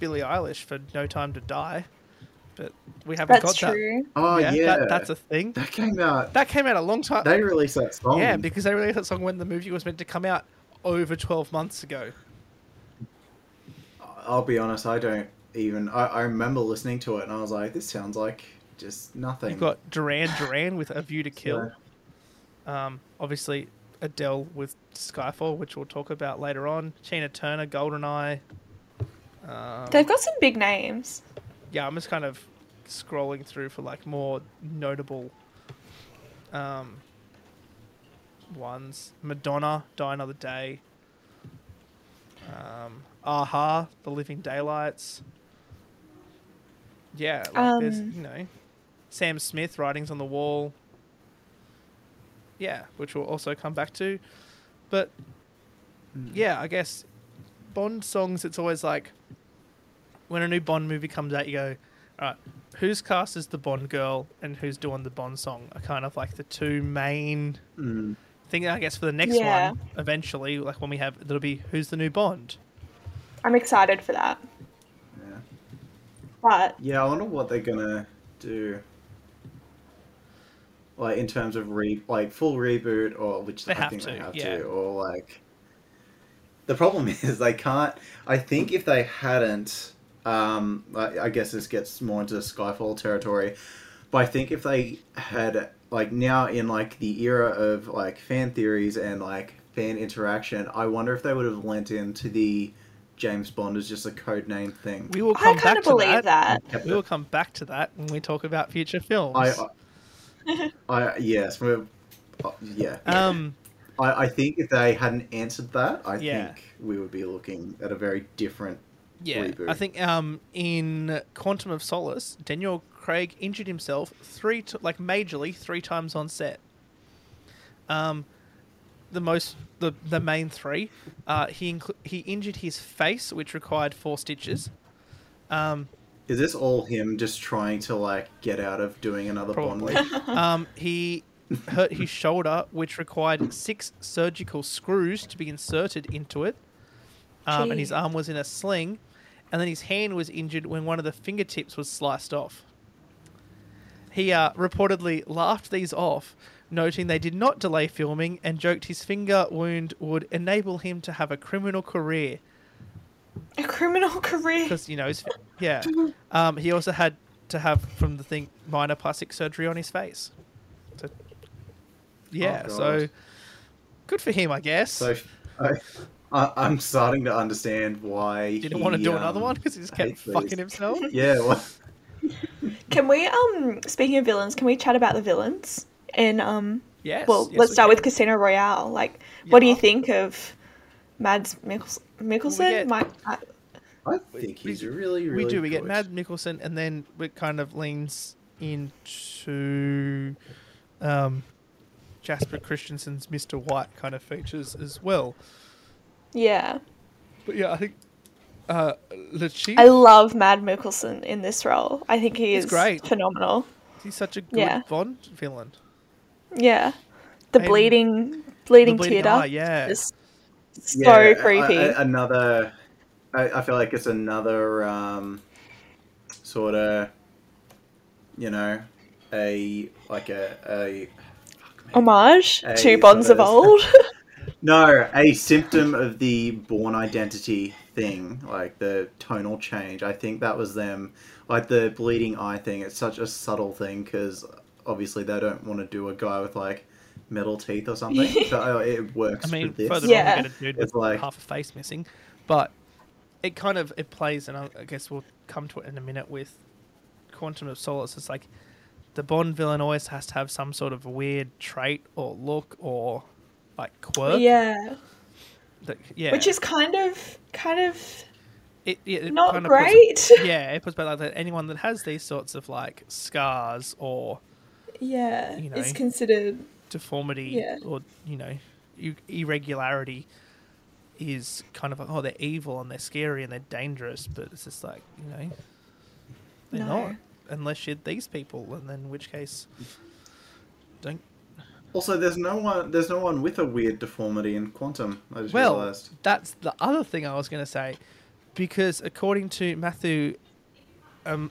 Billie Eilish for "No Time to Die," but we haven't That's got true. oh that. yeah, That, that's a thing. that came out. That came out a long time. They released that song. Yeah, because they released that song when the movie was meant to come out over 12 months ago. I'll be honest, I don't even. I, I remember listening to it and I was like, this sounds like just nothing. You've got Duran Duran with A View to Kill. Yeah. Um, obviously, Adele with Skyfall, which we'll talk about later on. Tina Turner, Goldeneye. Um, They've got some big names. Yeah, I'm just kind of scrolling through for like more notable um, ones. Madonna, Die Another Day. Um, Aha, The Living Daylights. Yeah, like there's Um, you know, Sam Smith, Writings on the Wall. Yeah, which we'll also come back to, but yeah, I guess Bond songs. It's always like when a new Bond movie comes out, you go, all right, who's cast as the Bond girl and who's doing the Bond song are kind of like the two main Hmm. thing. I guess for the next Yeah. one, eventually, like when we have, it'll be who's the new Bond. I'm excited for that. Yeah. But Yeah, I wonder what they're gonna do. Like in terms of re like full reboot or which They I have think they to, have yeah. to, or like the problem is they can't I think if they hadn't um I, I guess this gets more into Skyfall territory. But I think if they had like now in like the era of like fan theories and like fan interaction, I wonder if they would have lent into the James Bond as just a code name thing. We will I come kind back of to believe that. that. We will come back to that when we talk about future films. I, I, I yes, we're, uh, yeah. um, I, I think if they hadn't answered that, I Yeah. think we would be looking at a very different. yeah, reboot. I think um, in Quantum of Solace, Daniel Craig injured himself three, t- like majorly, three times on set. Um, the most, the the main three, uh, he inclu- he injured his face, which required four stitches. Um, Is this all him just trying to like get out of doing another Probably. Bond? Like, Um, he hurt his shoulder, which required six surgical screws to be inserted into it. Um, and his Gee. arm was in a sling. And then his hand was injured when one of the fingertips was sliced off. He uh, reportedly laughed these off, noting they did not delay filming and joked his finger wound would enable him to have a criminal career A criminal career. because you know, his, yeah. Um, he also had to have from the thing minor plastic surgery on his face. So, yeah, Oh, God. so good for him, I guess. so I, I, I'm starting to understand why. Didn't he, want to do um, another one because he just kept hates these. fucking himself. Yeah. Well, Can we um speaking of villains, can we chat about the villains? And um Yes. well, yes, let's we start can. with Casino Royale. Like what do you Yeah. think of Mads Mikkels- Mikkelsen? get- My- I- I think he's really, really. we do. We get good. Mad Nicholson, and then it kind of leans into um, Jasper Christensen's Mr. White kind of features as well. yeah. But yeah, I think uh, Lachie, I love Mad Mikkelsen in this role. I think he He's is great. phenomenal. he's such a good yeah. Bond villain. Yeah. The And bleeding bleeding, bleeding tear eye, yeah. Just so Yeah, creepy. I, I- another. I, I feel like it's another um, sort of, you know, a like a, a Homage Hey, to Bonds of brothers. old. no a symptom of the born identity thing, like the tonal change. I think that was them, like the bleeding eye thing. It's such a subtle thing because obviously they don't want to do a guy with like metal teeth or something. so it works. I mean, with this. further on, Yeah. we get a dude with It's like- half a face missing, but it kind of it plays, and I I guess we'll come to it in a minute with Quantum of Solace. It's like the Bond villain always has to have some sort of weird trait or look or like quirk. yeah. that- yeah. Which is kind of kind of it, yeah, it not kind of puts- great. yeah, it puts back like that. Anyone that has these sorts of like scars or yeah. You It's know. considered deformity Yeah. or you know u- irregularity is kind of like oh they're evil and they're scary and they're dangerous but it's just like you know they're No. not unless you're these people and then in which case don't Also, there's no one. There's no one with a weird deformity in Quantum. I just well realized. that's the other thing i was going to say because according to matthew um,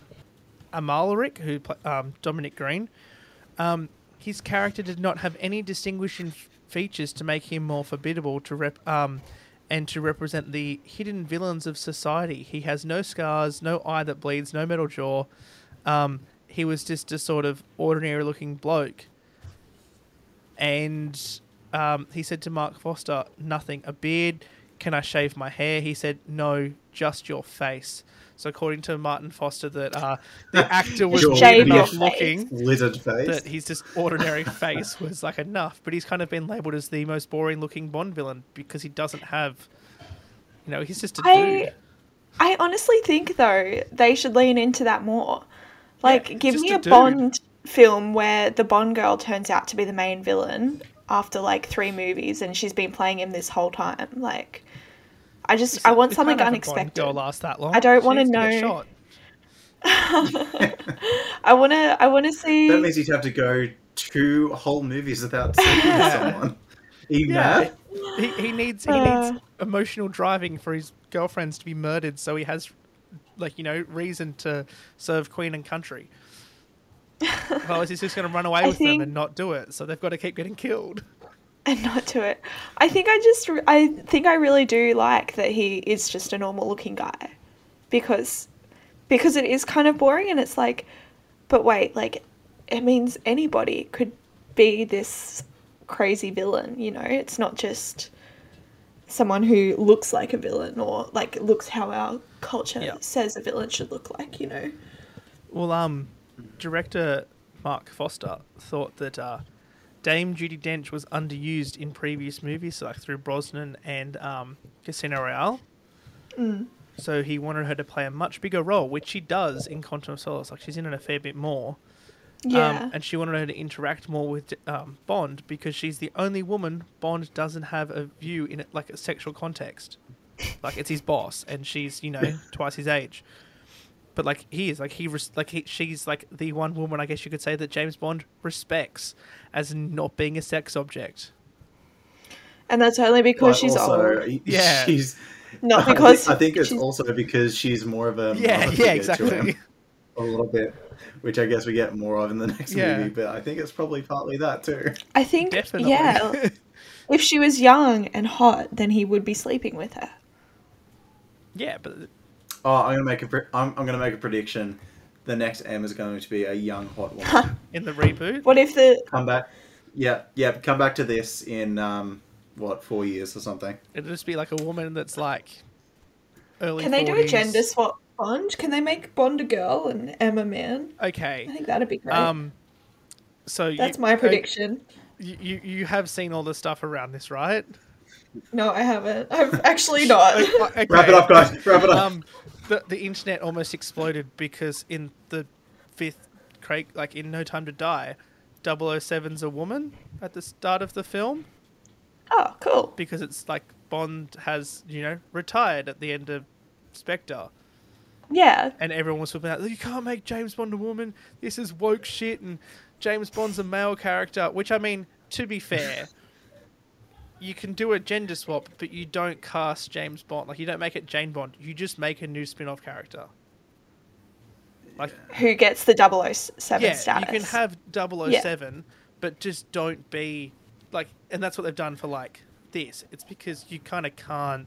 amalric who pla um, dominic green um, his character did not have any distinguishing f- features to make him more formidable to rep um, and to represent the hidden villains of society he has no scars no eye that bleeds no metal jaw um, he was just a sort of ordinary looking bloke and um, he said to Mark Foster, "Nothing. A beard? Can I shave my hair?" He said, "No, just your face." So according to Martin Foster, that uh, the actor was Just weird shave your enough face. looking Lizard face. that his just ordinary face was like enough, but he's kind of been labelled as the most boring looking Bond villain because he doesn't have, you know, he's just a I dude. I honestly think though they should lean into that more. Like, Yeah, give just me a a dude. Bond film where the Bond girl turns out to be the main villain after like three movies, and she's been playing him this whole time. Like, I just I want We something can't have a Bond unexpected. girl last that long. I don't She wanna needs to get know- shot. I wanna I wanna see. That means you'd have to go two whole movies without seeing someone. Are you Yeah. mad? He, he needs he Uh. needs emotional driving for his girlfriends to be murdered, so he has, like you know, reason to serve Queen and country. Otherwise, he's just going to run away I with them think- and not do it. So they've got to keep getting killed. and not do it. I think I just re- I think I really do like that he is just a normal looking guy because because it is kind of boring and it's like but wait, like it means anybody could be this crazy villain, you know? It's not just someone who looks like a villain or like looks how our culture Yeah. says a villain should look like, you Um, know. Well, um, director Mark Foster thought that uh, Dame Judy Dench was underused in previous movies, like through Brosnan and um, Casino Royale. So he wanted her to play a much bigger role, which she does in Quantum of Solace. Like she's in it a fair bit more. Yeah. Um, and she wanted her to interact more with um, Bond because she's the only woman Bond doesn't have a view in it, like a sexual context. Like it's his boss, and she's you know twice his age. But like he is, like he res- like he, she's like the one woman I guess you could say that James Bond respects as not being a sex object. and that's only because But she's also, old. Yeah. she's Not because I think, I think it's she's- also because she's more of a Yeah, yeah, mother figure to him exactly. a little bit, which I guess we get more of in the next Yeah. movie. But I think it's probably partly that too. I think Definitely. yeah. If she was young and hot, then he would be sleeping with her. yeah, but Oh, I'm gonna make a pre- I'm, I'm gonna make a prediction. The next M is going to be a young hot woman. in the reboot, What if the come back, yeah, yeah. Come back to this in um, what four years or something. it'd just be like a woman that's like early. can they do a 40s. gender swap Bond? Can they make Bond a girl and M a man? Okay. I think that'd be great. Um. So you- That's my uh, prediction. You, you you have seen all the stuff around this, right? No, I haven't. I've actually not. Okay. Wrap it up, guys. Wrap it up. Um, the, the internet almost exploded because in the fifth Craig, like in No Time to Die, 007's a woman at the start of the film oh, cool. because it's like Bond has you know retired at the end of Spectre, Yeah. and everyone was flipping out. You can't make James Bond a woman. This is woke shit, and James Bond's a male character. Which I mean, to be fair. You can do a gender swap, but you don't cast James Bond. Like you don't make it Jane Bond. You just make a new spin-off character. Like Who gets the 007 yeah, status? you can have 007, but just don't be like, and that's what they've done for like this. It's because you kind of can't,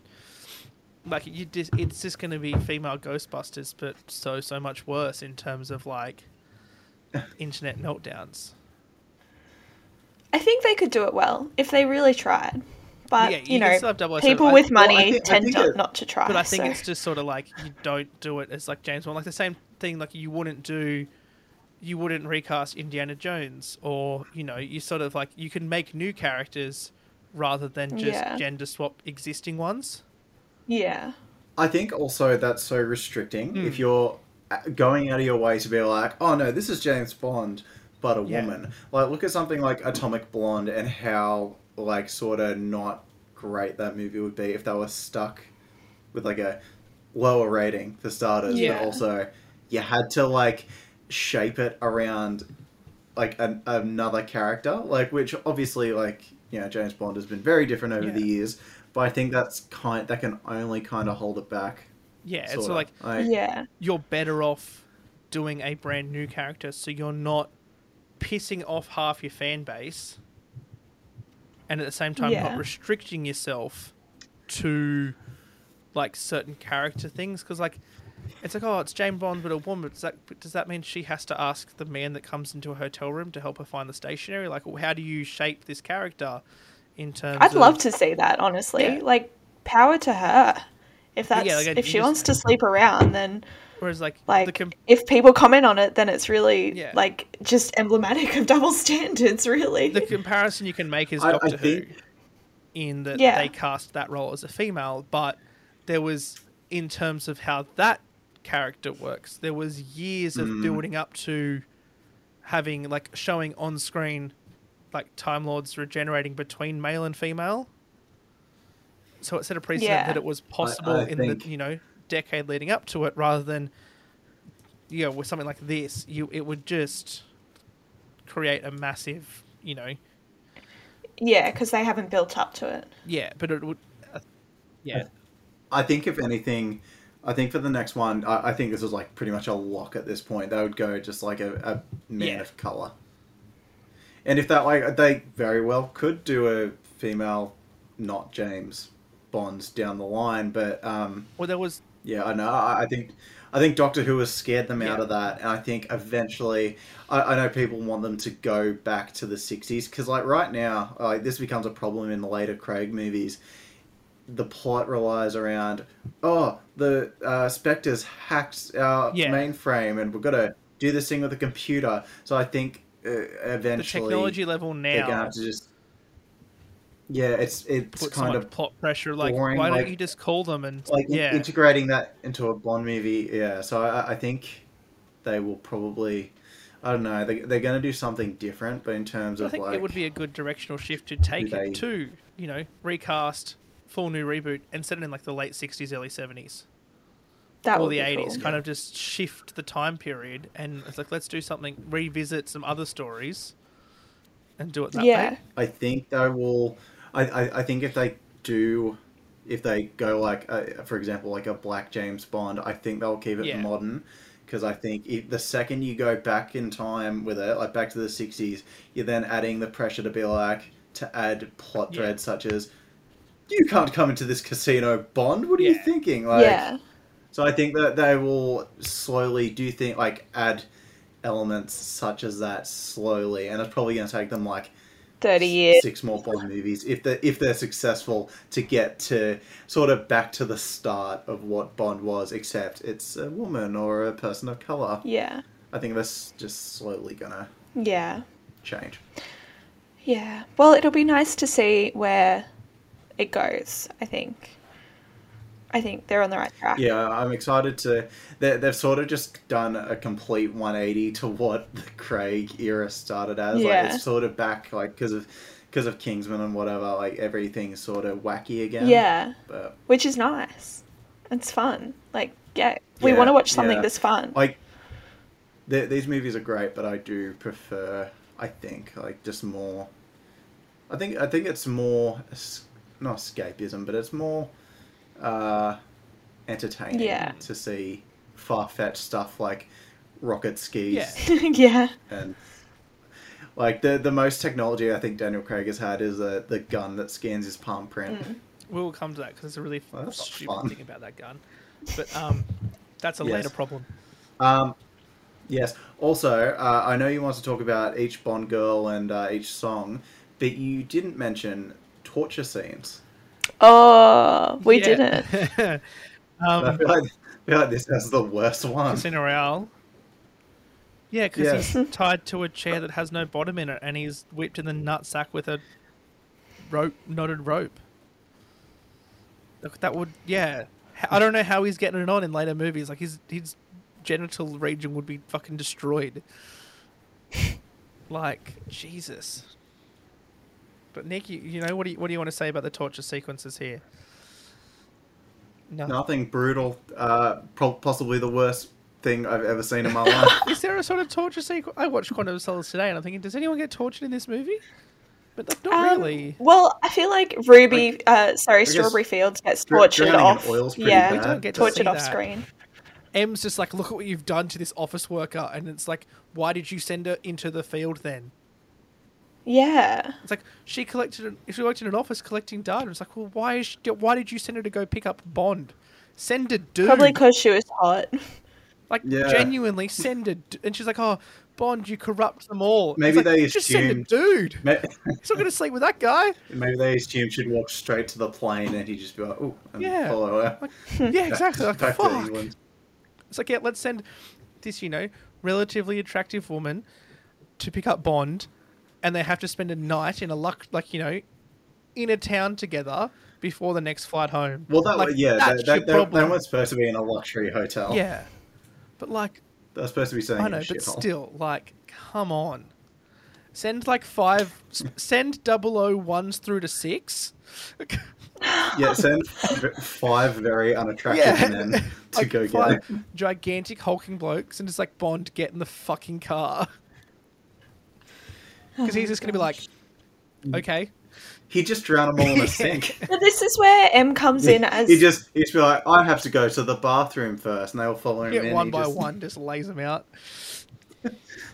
like, you just it's just going to be female Ghostbusters, but so so much worse in terms of like internet meltdowns. I think they could do it well if they really tried. But Yeah, you, you can know, still have 007. people I- with well, I money think- I tend think to, it- not to try. But I think so- it's just sort of like you don't do it as like James Bond, like the same thing like you wouldn't do, you wouldn't recast Indiana Jones, or you know you sort of like you can make new characters rather than just Yeah. gender swap existing ones. yeah. I think also that's so restricting if you're a- going out of your way to be like, oh no, this is James Bond, but a Yeah. woman. Like, look at something like Atomic Blonde and how, like, sort of not great that movie would be if they were stuck with, like, a lower rating for starters, Yeah. but also you had to, like, shape it around, like, an, another character, like, which obviously, like, you know, James Bond has been very different over the Yeah. years, but I think that's kind that can only kind of hold it back. Yeah, it's sorta. so like Yeah. you're better off doing a brand new character, so you're not pissing off half your fan base, and at the same time Yeah. not restricting yourself to like certain character things because like It's like, oh, it's James Bond, but a woman. Does that, does that mean she has to ask the man that comes into a hotel room to help her find the stationery? Like, well, how do you shape this character in terms I'd of. love to see that, honestly. Yeah. Like, power to her. If that's like, I- if you she just- wants to sleep around, then Whereas, like, like the com- if people comment on it, then it's really Yeah. like just emblematic of double standards. Really, the comparison you can make is I- I Doctor think- Who, in that Yeah. they cast that role as a female, but there was, in terms of how that character works, there was years Mm. of building up to having like showing on screen, like Time Lords regenerating between male and female. So it set a precedent Yeah. that it was possible I in think- the you know decade leading up to it, rather than you know with something like this, you it would just create a massive you know yeah, because they haven't built up to it. yeah, but it would. Uh, yeah, I think if anything, I think for the next one, I, I think this was like pretty much a lock at this point. They would go just like a, a man Yeah. of color, and if that like they very well could do a female, not James Bonds down the line, but um, well, there was yeah, I know. I, I think I think Doctor Who has scared them out Yeah. of that, and I think eventually, I, I know people want them to go back to the '60s because, like, right now, like this becomes a problem in the later Craig movies. The plot relies around, oh, the uh, Spectres hacked our Yeah. mainframe, and we've got to do this thing with the computer. So I think uh, the eventually technology level they're gonna now have to just. Yeah, it's it's puts so kind much of plot pressure. Like, boring, why like- don't you just call them and like in- yeah, integrating that into a Bond movie. Yeah, so I, I think they will probably, I don't know, they, they're going to do something different, but in terms I of think like, it would be a good directional shift to take they- it to you know recast, full new reboot, and set it in like the late sixties, early seventies, That or would the be eighties. cool. Kind of just shift the time period, and it's like let's do something, revisit some other stories, and do it that yeah, way. I think they will. I, I, I think if they do, if they go like, uh, for example, like a Black James Bond, I think they'll keep it Yeah. modern. Because I think if, the second you go back in time with it, like back to the '60s, you're then adding the pressure to be like to add plot Yeah. threads such as, "You can't come into this casino, Bond. What are you Yeah. thinking?" Like, yeah, so I think that they will slowly do think like add elements such as that slowly, and it's probably going to take them like thirty years. six more Bond movies if they if they're successful to get to sort of back to the start of what Bond was, except it's a woman or a person of color. Yeah, I think that's just slowly gonna yeah. change. Yeah. Well, it'll be nice to see where it goes, I think. I think they're on the right track. Yeah, I'm excited to. They, they've sort of just done a complete 180 to what the Craig era started as. Like Yeah. it's sort of back, like because of because of Kingsman and whatever. Like everything's sort of wacky again. Yeah. But Which is nice. It's fun. Like, yeah. We Yeah, want to watch something yeah. that's fun. like th these movies are great but i do prefer i think like just more i think i think it's more es- not escapism but it's more uh entertaining Yeah. to see far-fetched stuff like rocket skis Yeah. yeah. and like the the most technology i think daniel craig has had is uh, the the gun that scans his palm print We will come to that because it's a really Well, that's not stupid fun. thing about that gun, but um, that's a Yes. later problem. Um, yes. Also, uh, I know you want to talk about each Bond girl and uh, each song, but you didn't mention torture scenes. Oh, we Yeah. didn't. Um, And I feel like, I feel like this is the worst one. Casino Royale. Yeah, because Yeah. he's tied to a chair that has no bottom in it, and he's whipped in the nutsack with a rope, knotted rope. Look, that would yeah. H- I don't know how he's getting it on in later movies. Like his his genital region would be fucking destroyed. like Jesus. But Nick, you, you know what do you, what do you want to say about the torture sequences here? No. Nothing brutal. Uh, pro- possibly the worst thing I've ever seen in my life. Is there a sort of torture sequence? I watched Quantum of Solace today, and I'm thinking, does anyone get tortured in this movie? But not, not Um, really. Well, I feel like Ruby, uh, sorry, guess Strawberry Fields gets dr- tortured drowning in off. oil's pretty Yeah, bad, We don't get to but- see tortured off that. screen. M's just like, look at what you've done to this office worker, and it's like, why did you send her into the field then? Yeah. It's like she collected, she worked in an office collecting data. It's like, well, why is she, why did you send her to go pick up Bond? Send a dude. Hmm. Probably because she was hot. Like Yeah. genuinely send a d- and she's like, "Oh, Bond, you corrupt them all." It's Maybe like, they just send a assumed- dude. May- He's not going to sleep with that guy. Maybe they assumed she'd walk straight to the plane and he'd just be like, "Oh, and Yeah. follow her." Like, yeah, exactly. Like, Back to fuck. England. It's like, yeah, let's send this, you know, relatively attractive woman to pick up Bond, and they have to spend a night in a luck, like you know, in a town together before the next flight home. Well, that like, was, yeah, that's that, that, your that, that problem. was supposed to be in a luxury hotel. yeah, but like, That was supposed to be saying I know, but still, like, come on. Send like five, s- send 001s through to six. Yeah, send f- five very unattractive Yeah. men to like, go five get it. gigantic hulking blokes and just like Bond get in the fucking car. Oh Because he's just going to be like, Mm. okay, He just drowned them all in a sink. But this is where M comes in as he just he just be like, I have to go to the bathroom first, and they all follow him. get in. one He by just- one, just lays them out.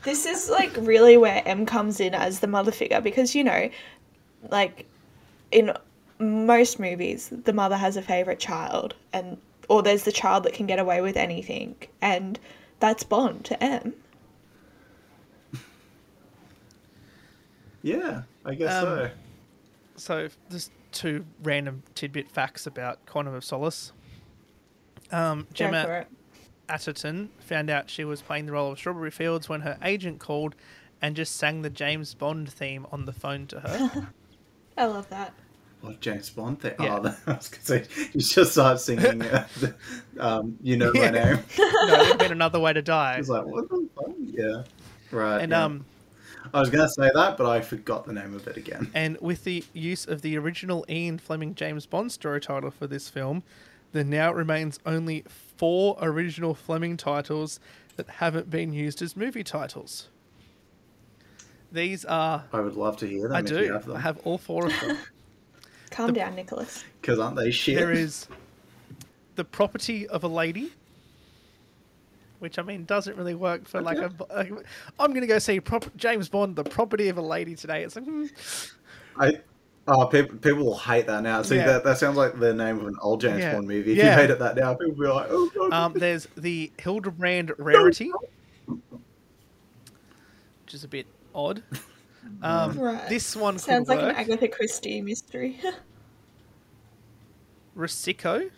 this is like really where M comes in as the mother figure because you know, like in most movies, the mother has a favorite child, and or there's the child that can get away with anything, and that's Bond to M. Yeah, I guess Um, so. So, just two random tidbit facts about Quantum of Solace. Um, Go Gemma for it. Atherton found out she was playing the role of Strawberry Fields when her agent called and just sang the James Bond theme on the phone to her. I love that. What James Bond thing? Yeah. Oh, I was gonna say, you just start singing, uh, the, um, you know my Yeah. name. no, it would have been another way to die. He's like, what the fuck? Yeah, right. And yeah. um, I was gonna say that, but I forgot the name of it again. and with the use of the original Ian Fleming James Bond story title for this film, there now remains only four original Fleming titles that haven't been used as movie titles. These are I would love to hear them. I if do. You have them. I have all four of them. Calm down, Nicholas. Because aren't they shit? There is the property of a lady, which I mean doesn't really work for like a. Like, I'm going to go see prop- James Bond, the property of a lady today. It's like, hmm. I. Oh, people, people will hate that now. See, Yeah. that, that sounds like the name of an old James Yeah. Bond movie. If Yeah. you hate it that now, people will be like, oh, God. um, there's the Hildebrand rarity, which is a bit odd. Um, Right. This one Sounds could like work. an Agatha Christie mystery. Risico.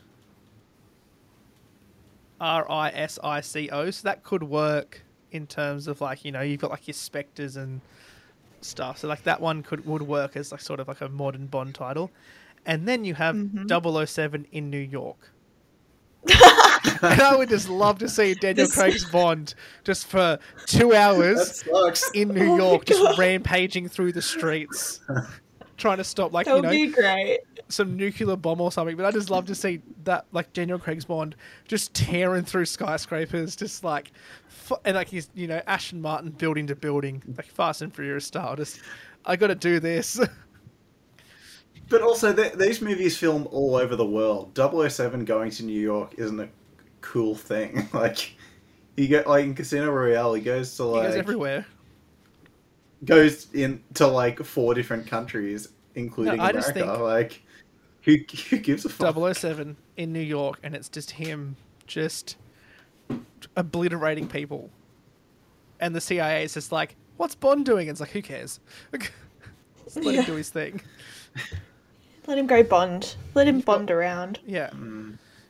R I S I C O. So that could work in terms of like, you know, you've got like your specters and stuff. So like that one could would work as like sort of like a modern Bond title. And then you have 007 in New York. and I would just love to see Daniel This- Craig's Bond just for two that hours sucks. in New Oh my York, just God. rampaging through the streets, trying to stop like that you would know be great. some nuclear bomb or something, but I just love to see that, like Daniel Craig's Bond, just tearing through skyscrapers, just like, f- and like he's, you know, Ashton Martin building to building, like Fast and Furious style. Just, I got to do this. But also, th- these movies film all over the world. 007 going to New York isn't a cool thing. Like, you go like in Casino Royale, he goes to he like goes everywhere. goes in to like four different countries, including No, I just America. Like, who who gives a fuck? 007 in New York, and it's just him just obliterating people, and the CIA is just like, "What's Bond doing?" It's like, who cares? Just let him Yeah. do his thing. Let him go Bond. Let him Bond around. Yeah.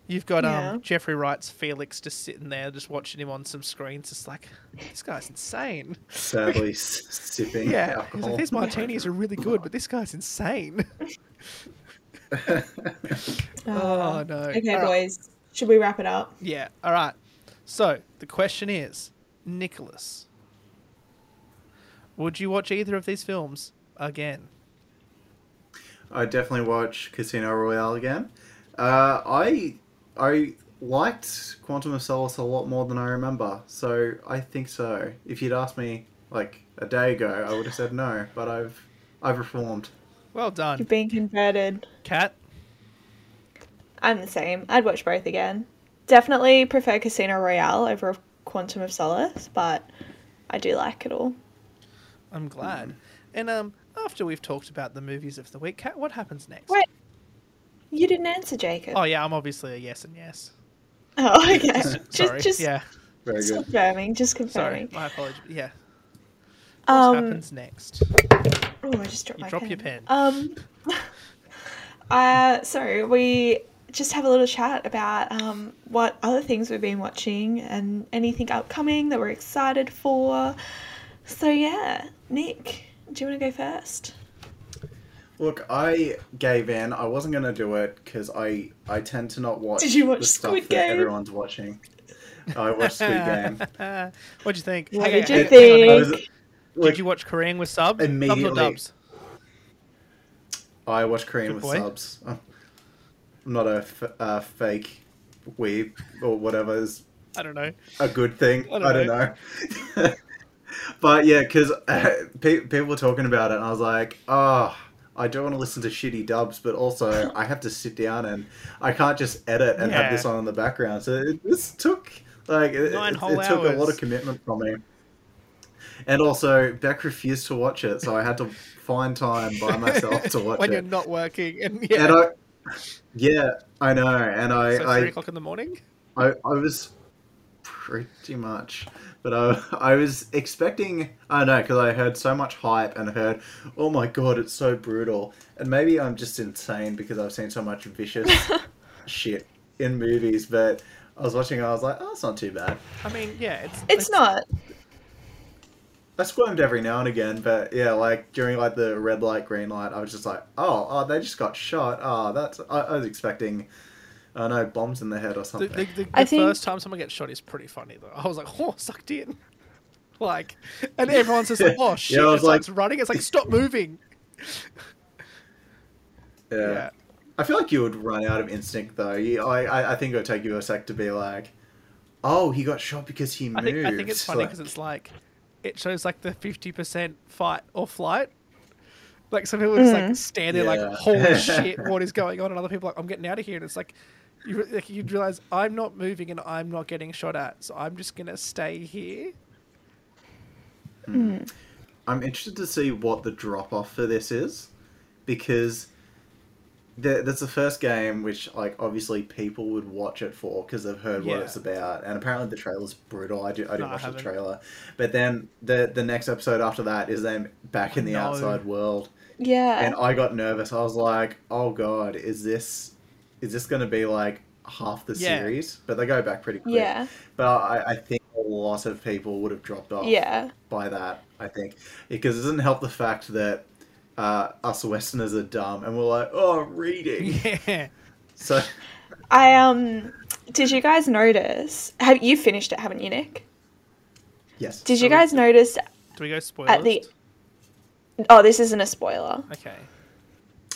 You've got Yeah. um Jeffrey Wright's Felix just sitting there, just watching him on some screens, just like this guy's insane. Sadly, s- sipping Yeah, he's alcohol. like, these martinis are really good, but this guy's insane. oh no. Okay, All right. boys. Should we wrap it up? Yeah. All right. So the question is, Nicholas, would you watch either of these films again? I definitely watch Casino Royale again. Uh, I I liked Quantum of Solace a lot more than I remember, so I think so. If you'd asked me like a day ago, I would have said no, but I've I've reformed. Well You've done, been converted. Cat. I'm the same. I'd watch both again. Definitely prefer Casino Royale over Quantum of Solace, but I do like it all. I'm glad. And um, after we've talked about the movies of the week, Cat, what happens next? Wait. You didn't answer, Jacob. Oh yeah, I'm obviously a yes and yes. Oh, okay. just, Sorry. just, yeah. Very just good. confirming. Just Sorry. confirming. My apologies. Yeah. What Um, happens next? oh, I just dropped You my drop pen. your pen. Um, uh, so we just have a little chat about um, what other things we've been watching and anything upcoming that we're excited for. So yeah, Nick, do you want to go first? Look, I gave in. I wasn't going to do it because I I tend to not watch. Did you watch the stuff Squid that Game? Everyone's watching. I watched Squid Game. What'd you think? What Okay, did you hang on, hang on, hang I on. think? was, Did like, you watch Korean with subs? Subs or Immediately. dubs? I watch Korean Good with boy. subs. I'm not a f- uh, fake weeb or whatever is I don't know. a good thing. I I don't don't, know. but yeah, because uh, pe- people were talking about it, and I was like, oh, I don't want to listen to shitty dubs, but also I have to sit down and I can't just edit and Yeah. have this on in the background. So it, this took like it, Nine it- whole it took a lot hours. of commitment from me. And also, Beck refused to watch it, so I had to find time by myself to watch when it. you're not working and yeah, And I, yeah, I know, and I, so it's I, three o'clock in the morning. I, I was pretty much, but I, I was expecting. I don't know because I heard so much hype and heard, oh my god, it's so brutal. And maybe I'm just insane because I've seen so much vicious shit in movies. But I was watching, and I was like, oh, it's not too bad. I mean, yeah, it's It's not. I squirmed every now and again, but yeah, like during like the red light, green light, I was just like, oh, oh, they just got shot. Oh, that's I, I was expecting, I don't know, bombs in the head or The, something. the, the, I the think- first time someone gets shot is pretty funny though. I was like, oh, sucked in, like, and everyone's just like, oh shit, I was it's like, like- running. It's like stop moving. yeah. Yeah. I feel like you would run out of instinct though. You, I, I, I think it would take you a sec to be like, oh, he got shot because he I moved. think I think it's funny Like, because it's like it shows like the fifty percent fight or flight. Like some people just Mm. like stand there like Yeah. holy shit, what is going on? And other people are like I'm getting out of here, and it's like you re- like you realize I'm not moving and I'm not getting shot at, so I'm just gonna stay here. I'm interested to see what the drop off for this is, because the, that's the first game which like obviously people would watch it for because they've heard Yeah. what it's about, and apparently the trailer's brutal. I do I did No, I not watch the haven't. trailer, but then the the next episode after that is them back in the No. outside world. Yeah. and I got nervous. I was like, "Oh God, is this is this going to be like half the Yeah. series?" But they go back pretty quick. Yeah. But I, I think a lot of people would have dropped off. Yeah. By that, I think because it doesn't help the fact that uh, us Westerners are dumb and we're like, "Oh, reading." Yeah, so I um. Did you guys notice? Have you finished it? Haven't you, Nick? yes. Did you guys notice? do we go spoilers? At the- Oh, this isn't a spoiler. Okay,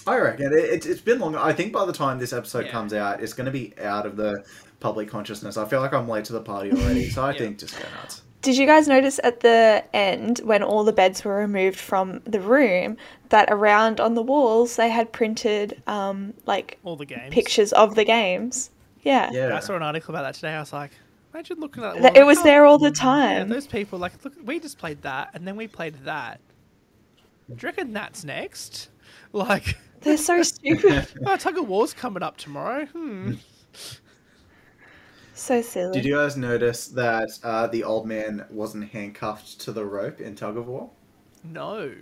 I reckon it, it, it's been long. I think by the time this episode Yeah. comes out, it's going to be out of the public consciousness. I feel like I'm late to the party already, so I think just go nuts. Did you guys notice at the end when all the beds were removed from the room that around on the walls they had printed um, like all the games. pictures of the games? Yeah. Yeah. I saw an article about that today. I was like, imagine looking at that. Th- wall, It was oh, there all the Yeah, time. those people like look. We just played that, and then we played that. Do you reckon that's next? Like, They're so stupid. oh, tug of war's coming up tomorrow. Hmm. so silly. Did you guys notice that uh, the old man wasn't handcuffed to the rope in tug of war? No.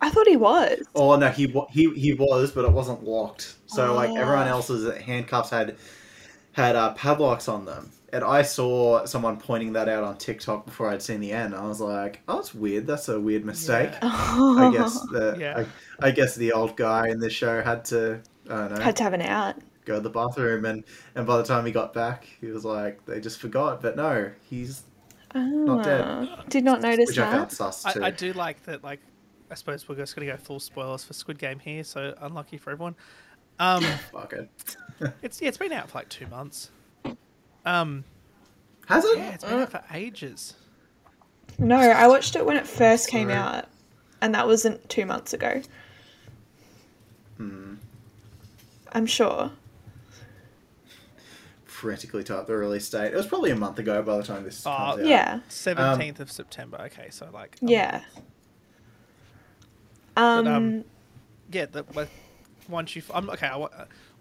I thought he was. Oh no, he wa- he he was, but it wasn't locked. So like everyone Oh. else's handcuffs had had uh, padlocks on them, and I saw someone pointing that out on TikTok before I'd seen the end. I was like, oh, that's weird. That's a weird mistake. I guess the Yeah. I, I guess the old guy in the show had to I don't know Had to have an out. go to the bathroom, and and by the time he got back, he was like, they just forgot. But no, he's not dead. Oh, Did not notice Which I found that. sus I, too. I do like that. Like, I suppose we're just gonna go full spoilers for Squid Game here, so unlucky for everyone. Um, Fuck it. it's yeah, it's been out for like two months. Has it? Yeah, it's Oh. been Uh. out for ages. No, I watched it when it first came Sorry. out, and that wasn't two months ago. Hmm. I'm sure. Frantically typed the release date. It was probably a month ago by the time this Oh, comes out. Yeah. Seventeenth of September. Okay, so like, um, Yeah. Um, um, yeah, the, but once you, f- I'm okay. I, wa-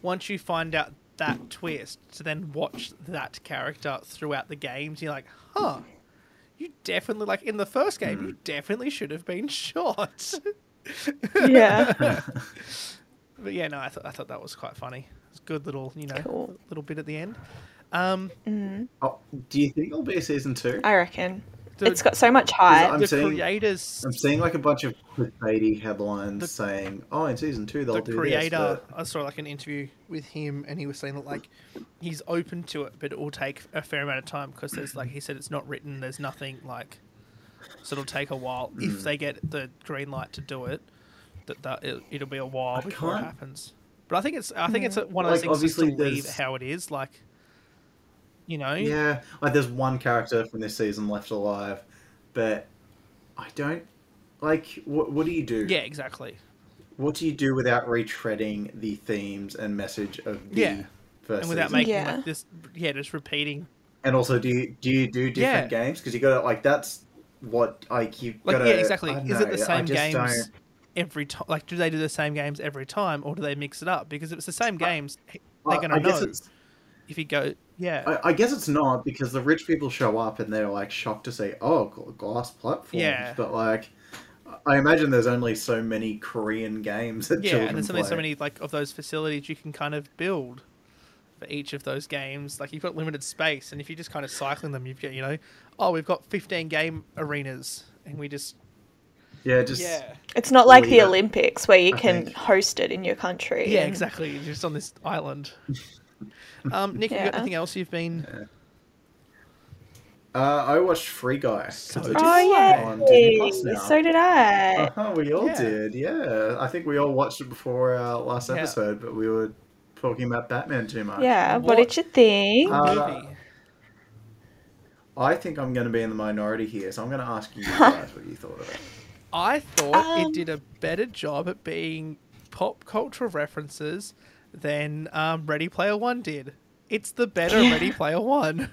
once you find out that twist, to then watch that character throughout the games, you're like, huh, you definitely, like in the first game, you definitely should have been shot. yeah. But yeah, no, I, th- I thought that was quite funny. It's a good little, you know, Cool. little bit at the end. Oh, do you think there'll be a season two? I reckon. Dude. it's got so much hype. I'm the seeing- creators, I'm seeing like a bunch of clickbaity headlines saying, "Oh, in season two they'll the do creator, this." but- I saw like an interview with him, and he was saying that like he's open to it, but it will take a fair amount of time because there's like he said it's not written. There's nothing like, so it'll take a while Mm. if they get the green light to do it. That that it, it'll be a while before it can't- happens. But I think it's I think it's one of Like, those things just to obviously leave it there's- how it is. Like, you know, Yeah, like there's one character from this season left alive, but I don't like. What, what do you do? yeah, exactly. What do you do without retreading the themes and message of the Yeah. first and without season? making Yeah. like this yeah just repeating And also, do you do you do different Yeah. games? Because you got to like that's what I keep. like gotta, yeah exactly I is don't it know, the I same just games don't- every time like do they do the same games every time or do they mix it up because if it's the same games h- I- they're going I to guess know it's- if you go yeah I, I guess it's not because the rich people show up and they're like shocked to see oh gl- glass platforms, Yeah. but like I imagine there's only so many Korean games that yeah children and there's only play. so many like of those facilities you can kind of build for each of those games like you've got limited space and if you're just kind of cycling them you've got you know oh we've got 15 game arenas and we just Yeah, just yeah It's not like the Leader, Olympics where you I can think. host it in your country. yeah and- exactly you're just on this island um nick you got Yeah. anything else you've been Uh, I watched Free Guy. 'cause So it's did Oh Why? yeah. on Disney Plus now. So did I. Uh-huh, we all Yeah. did, yeah. I think we all watched it before our last Yeah. episode, but we were talking about Batman too much. Yeah. What- What, did you think? Uh, movie I think I'm going to be in the minority here, so I'm going to ask you guys what you thought of it. I thought Um, it did a better job at being pop culture references than um, Ready Player One did. It's the better Yeah. Ready Player One.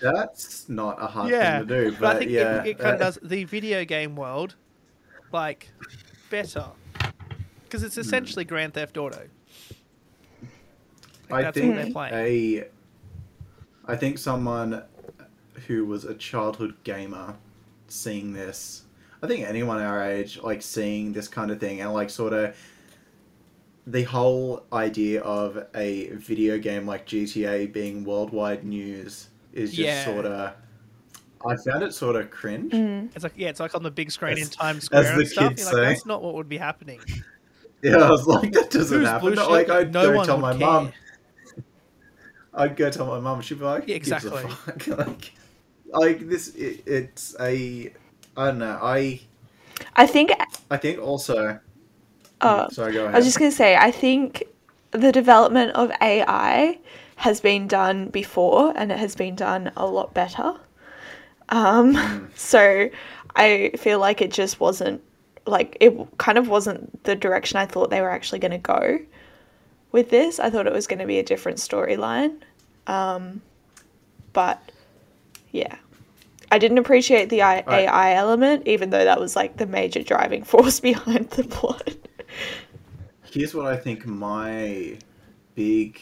That's not a hard yeah, thing to do, but, I think yeah, it, it kind uh, of does the video game world like better because Hmm. it's essentially Grand Theft Auto. I that's Hmm. think what they're playing. a, I think someone who was a childhood gamer seeing this, I think anyone our age, like seeing this kind of thing and like sort of the whole idea of a video game like GTA being worldwide news is just Yeah. sort of. I found it sort of cringe. It's like yeah, it's like on the big screen in As- Times as Square the and stuff. kids You're like, say. that's not what would be happening. Yeah, I was like, that doesn't Who's happen. blue Not shirt? like I No don't one tell would my care. mum. I'd go tell my mum. She'd be like, Yeah, "Gives a exactly. fuck." like, like this. It, it's a. I don't know. I I think. I think also. Uh, sorry, go ahead. I was just gonna say. I think the development of AI has been done before, and it has been done a lot better. Hmm. Um, so I feel like it just wasn't like it kind of wasn't the direction I thought they were actually going to go with this. I thought it was going to be a different storyline, um, but yeah, I didn't appreciate the I- right. AI element, even though that was like the major driving force behind the plot. Here's what I think my big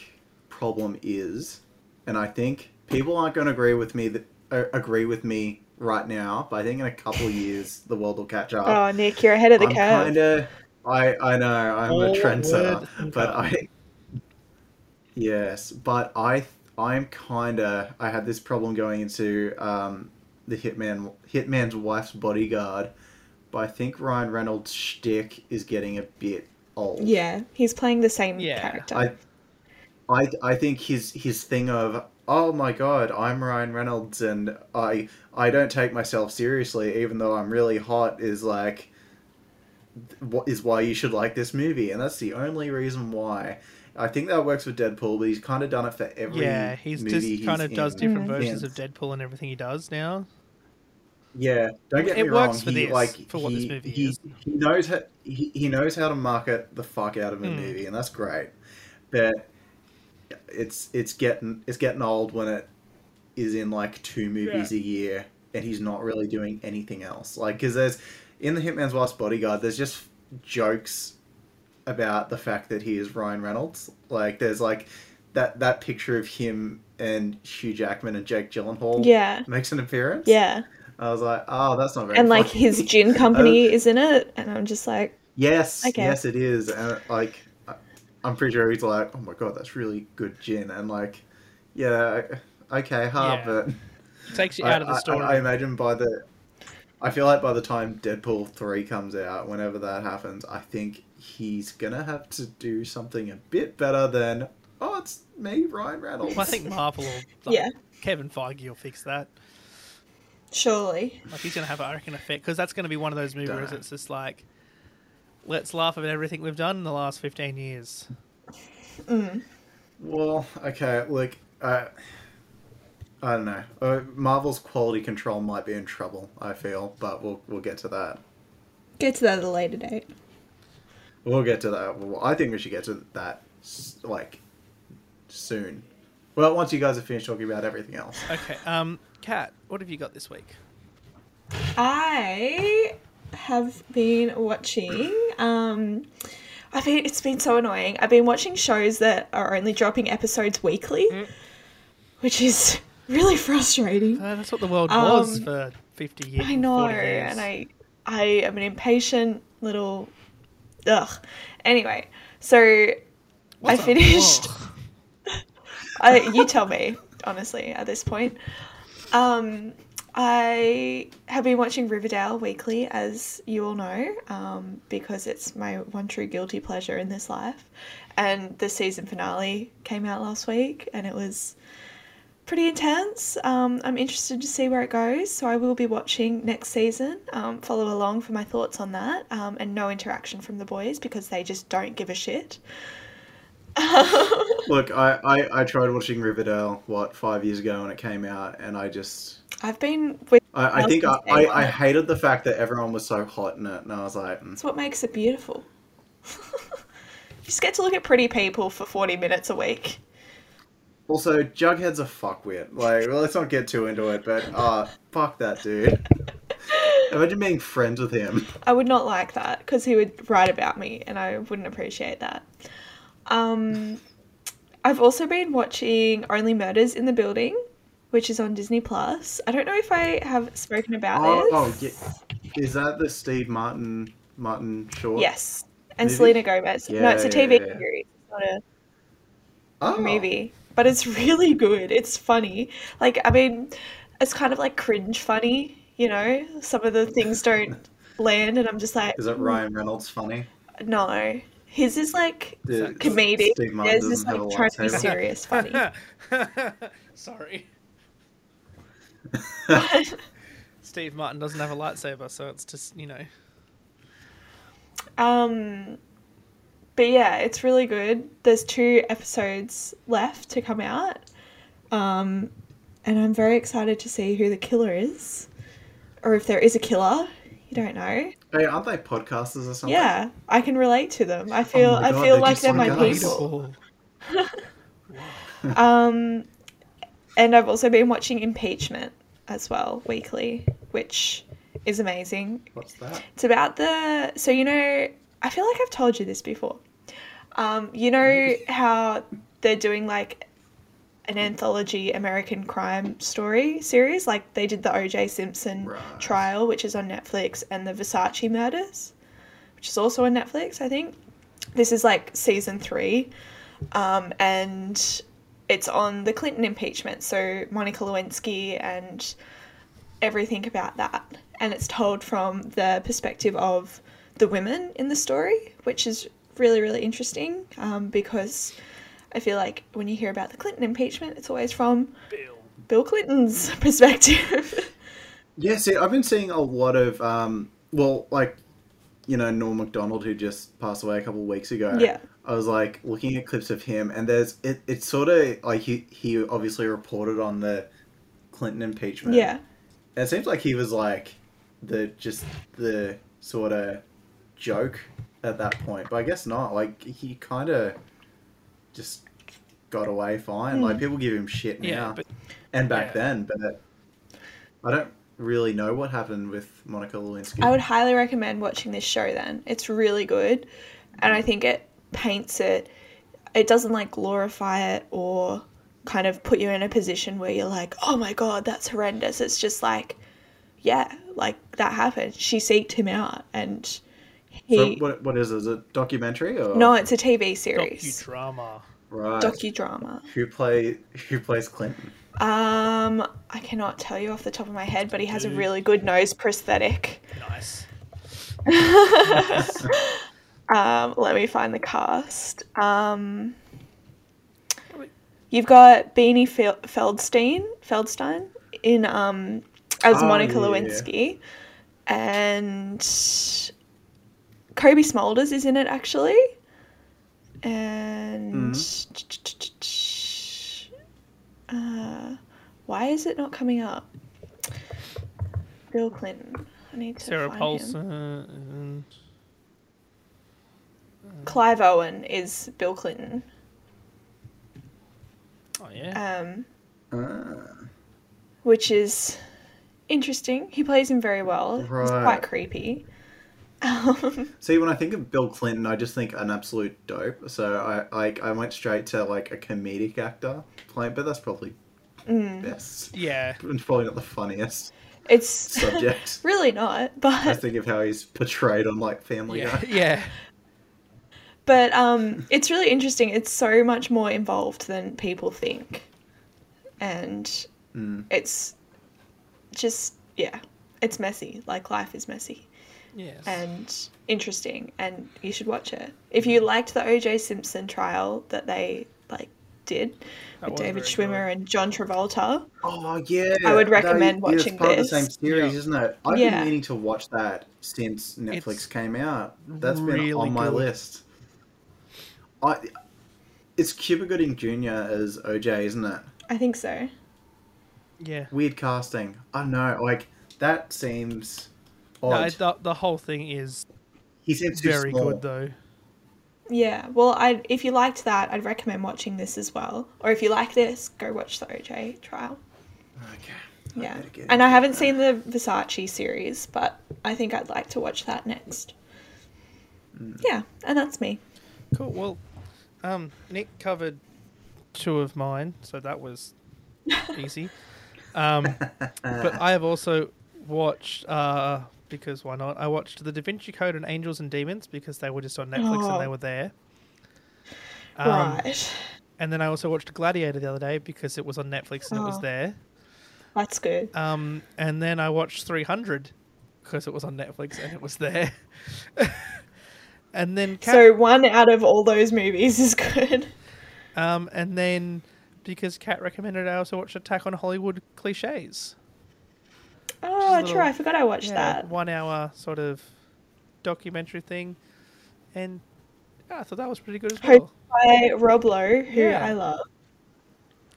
problem is, and I think people aren't going to agree with me that uh, agree with me right now. But I think in a couple of years, the world will catch up. Oh, Nick, you're ahead of the I'm curve. kind of. I I know I'm All a word trendsetter, and but cut. I. Yes, but I I'm kind of I had this problem going into um, the hitman hitman's wife's bodyguard, but I think Ryan Reynolds' shtick is getting a bit old. yeah, he's playing the same Yeah. character. I, I, I think his his thing of oh my god, I'm Ryan Reynolds and I I don't take myself seriously even though I'm really hot is like th- what is why you should like this movie and that's the only reason why. I think that works with Deadpool, but he's kind of done it for every Yeah, he's movie just kind of he's does in. different Hmm. Mhm. versions Yeah. of Deadpool and everything he does now. Yeah, don't get It me wrong. works for he, this, like, for what he, this movie he, is. He knows how he, he knows how to market the fuck out Hmm. of a movie, and that's great. But it's it's getting it's getting old when it is in like two movies a year, and he's not really doing anything else. Like, because there's in the Hitman's Last Bodyguard, there's just jokes about the fact that he is Ryan Reynolds. Like, there's like that that picture of him and Hugh Jackman and Jake Gyllenhaal. Yeah. makes an appearance. Yeah. I was like, oh, that's not very. And like funny." Uh, his gin company is in it, and I'm just like, Yes, Okay. yes, it is, and like, I- I'm pretty sure he's like, oh my god, that's really good gin, and like, yeah, okay, ha, Yeah. but Takes you I- out of the I- story. I, I imagine by the, I feel like by the time Deadpool three comes out, whenever that happens, I think he's gonna have to do something a bit better than, oh, it's me, Ryan Reynolds. Well, I think Marvel will. Like, Yeah. Kevin Feige will fix that. surely. Like he's gonna have a reckon effect because that's gonna be one of those movies where Dunno. it's just like, let's laugh at everything we've done in the last fifteen years. Well, okay, look, uh, I don't know. Uh, Marvel's quality control might be in trouble. I feel, but we'll we'll get to that. Get to that at a later date. We'll get to that. Well, I think we should get to that s- like soon. Well, once you guys have finished talking about everything else. Okay, um, Kat, what have you got this week? I have been watching. Um, I mean, it's been so annoying. I've been watching shows that are only dropping episodes weekly, which is really frustrating. Uh, that's what the world Um, was for fifty years. I know, 40 years. and I, I am an impatient little, ugh. Anyway, so I finished. I, you tell me, honestly, at this point. Um, I have been watching Riverdale weekly, as you all know, um, because it's my one true guilty pleasure in this life. And the season finale came out last week, and it was pretty intense. Um, I'm interested to see where it goes, so I will be watching next season. Um, follow along for my thoughts on that, um, and no interaction from the boys because they just don't give a shit. Look, I, I, I tried watching Riverdale what five years ago when it came out, and I just I've been with. I, I think I, Nothing's going I, I on. hated the fact that everyone was so hot in it, and I was like, mm. It's what makes it beautiful. you just get to look at pretty people for 40 minutes a week. also Jughead's a fuckwit. Like, well, let's not get too into it, but uh, fuck that dude. Imagine being friends with him. I would not like that because he would write about me and I wouldn't appreciate that. Um, I've also been watching Only Murders in the Building, which is on Disney Plus. I don't know if I have spoken about Oh, oh, this. yeah. is that the Steve Martin Martin short? Yes. And oh, Movie? Selena Gomez. no, it's a Yeah, TV yeah, yeah. series. It's not a oh. movie, but it's really good. It's funny. Like, I mean, it's kind of like cringe funny, you know? Some of the things don't land, and I'm just like, Is it Ryan Reynolds funny? no. His is like The- comedic. Steve Martin Theirs is doesn't have a like trying to be lightsaber. serious funny. Sorry. Steve Martin doesn't have a lightsaber, so it's just you know. Um, but yeah, it's really good. There's two episodes left to come out. Um, and I'm very excited to see who the killer is. Or if there is a killer. You don't know. Hey, aren't they podcasters or something? Yeah, I can relate to them. I feel Oh my I God, feel they're like just they're so my nice. people. Oh, Um, and I've also been watching Impeachment as well weekly, which is amazing. What's that? It's about the so you know I feel like I've told you this before. Um, you know how they're doing like an anthology American crime story series, like they did the O.J. Simpson Right. trial, which is on Netflix, and the Versace murders, which is also on Netflix, I think. This is like season three, um, and it's on the Clinton impeachment, so Monica Lewinsky and everything about that. And it's told from the perspective of the women in the story, which is really, really interesting um, because I feel like when you hear about the Clinton impeachment, it's always from Bill, Clinton's perspective. Yeah, see, I've been seeing a lot of, um, well, like, you know, Norm MacDonald, who just passed away a couple of weeks ago. Yeah. I was like looking at clips of him, and there's it. It's sort of like he he obviously reported on the Clinton impeachment. yeah. And it seems like he was like the just the sort of joke at that point, but I guess not. Like he kind of just got away fine. Like people give him shit now Hmm. yeah, but and back yeah. then, but I don't really know what happened with Monica Lewinsky. I would highly recommend watching this show then. It's really good. and I think it paints it. It doesn't like glorify it or kind of put you in a position where you're like, oh my god, that's horrendous. It's just like, yeah, like that happened. She seeked him out, and he. So what, what is it? Is it a documentary or no, it's a TV Docudrama. series, drama. right? docudrama. who play who plays Clinton? Um, I cannot tell you off the top of my head, but he has a really good nose prosthetic. Nice. Um, let me find the cast. Um, you've got Beanie Fel- Feldstein, Feldstein in um, as Oh, Monica yeah. Lewinsky, and Kobe Smulders is in it actually, and Mm-hmm. uh, why is it not coming up? Bill Clinton. I need to Sarah find him. Paulson. Clive Owen is Bill Clinton. Oh yeah. um, Ah. which is interesting. He plays him very well. He's Right. quite creepy. Um, See, when I think of Bill Clinton, I just think an absolute dope. So I like I went straight to like a comedic actor playing, but that's probably Mm. best. yeah. And probably not the funniest it's subject. really not, I but think of how he's portrayed on like Family Yeah. Guy. Yeah. but um, it's really interesting. It's so much more involved than people think, and Mm. it's just yeah, it's messy. Like life is messy. Yes. and interesting and you should watch it if you liked the oj simpson trial that they like did That with was david very schwimmer and john travolta Oh yeah, I would they- recommend yeah, watching It's part this. of the same series, Yeah. isn't it? I've Yeah. been meaning to watch that since Netflix It's came out. That's really been on my good. list. I, it's Cuba Gooding Jr. as OJ, isn't it? i think so yeah. Weird casting. I don't know. Like that seems No, odd. it- the, the whole thing is he seems too very small. good though. yeah well i if you liked that i'd recommend watching this as well or if you like this go watch the oj trial Okay. yeah better get and i into haven't seen the versace series but i think i'd like to watch that next Mm. yeah and that's me Cool. Well, um, Nick covered two of mine, so that was easy. Um, but I have also watched uh, because why not? I watched The Da Vinci Code and Angels and Demons because they were just on Netflix Oh. and they were there. Um, right And then I also watched Gladiator the other day because it was on Netflix and it was Oh. there. that's good Um, and then I watched 300 because it was on Netflix and it was there. and then Cat- so one out of all those movies is good Um, and then because Kat recommended, I also watched Attack on Hollywood cliches. Oh, Just a true. I little- forgot I watched that. One hour sort of documentary thing. And yeah, I thought that was pretty good as Hosted well. by Rob Lowe, who Yeah. I love.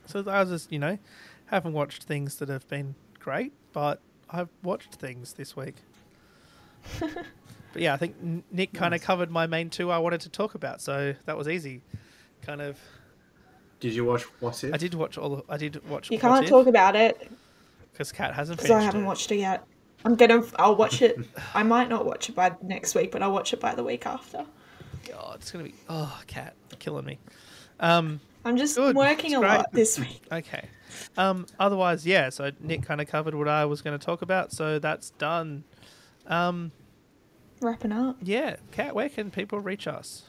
So I was just, you know, haven't watched things that have been great, but I've watched things this week. but yeah, I think N- Nick kind of covered my main two I wanted to talk about, so that was easy. Kind of, Did you watch What If? I did watch all. I did watch. You can't talk about it because Kat hasn't because I finished. haven't it. watched it yet. I'm gonna. I'll watch it. I might not watch it by next week, but I'll watch it by the week after. Oh, it's gonna be oh, cat killing me. Um, I'm just Good. working It's a great. lot this week. okay. Um, otherwise, yeah. So Nick kind of covered what I was going to talk about, so that's done. Wrapping up. Yeah, cat. Where can people reach us?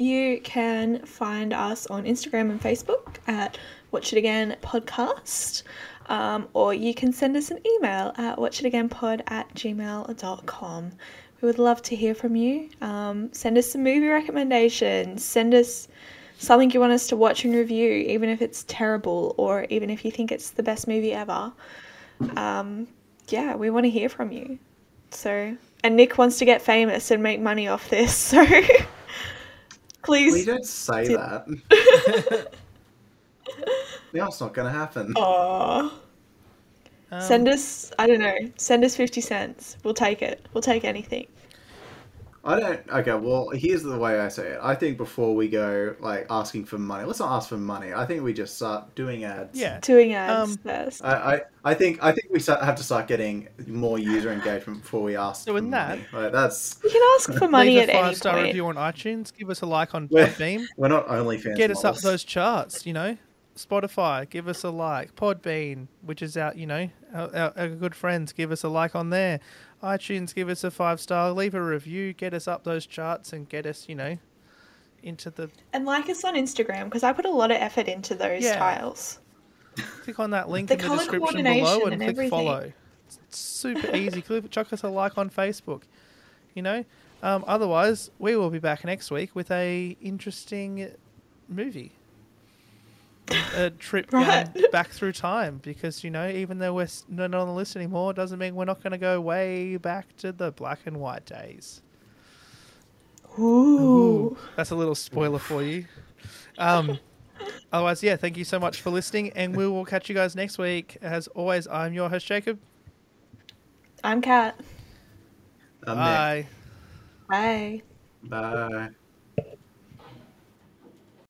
You can find us on Instagram and Facebook at Watch It Again Podcast, um, or you can send us an email at watchitagainpod at gmail.com. We would love to hear from you. Um, send us some movie recommendations. Send us something you want us to watch and review, even if it's terrible or even if you think it's the best movie ever. Um, yeah, we want to hear from you. So, and Nick wants to get famous and make money off this, so please. Well, you don't say Did- that. now it's not going to happen. Aw. Um, send us, I don't know, send us 50 cents. We'll take it. We'll take anything. I don't. Okay, well, here's the way I say it. I think before we go like asking for money, let's not ask for money. I think we just start doing ads. Yeah. Doing ads Um, first. I, I, I think I think we start, have to start getting more user engagement before we ask. So for in that- money. Like, that's You can ask for money Leave at a any five star point. review on iTunes. Give us a like on we're, Podbeam. we're not OnlyFans. Get us up models. those charts. You know, Spotify. Give us a like. Podbean, which is out. You know, our, our, our good friends. Give us a like on there. iTunes. Give us a five star. Leave a review. Get us up those charts and get us. You know, into the And like us on Instagram because I put a lot of effort into those Yeah. tiles. click on that link The in the colour description below and, coordination and click everything. follow. It's super easy. click, chuck us a like on Facebook. You know. Um, otherwise, we will be back next week with a interesting movie. A trip down Right. back through time because you know even though we're s- not on the list anymore doesn't mean we're not going to go way back to the black and white days. Ooh. That's a little spoiler for you. Um, otherwise, yeah, thank you so much for listening, and we will catch you guys next week. As always, I'm your host, Jacob. I'm Kat. Um, Nick, Bye. Bye. Bye.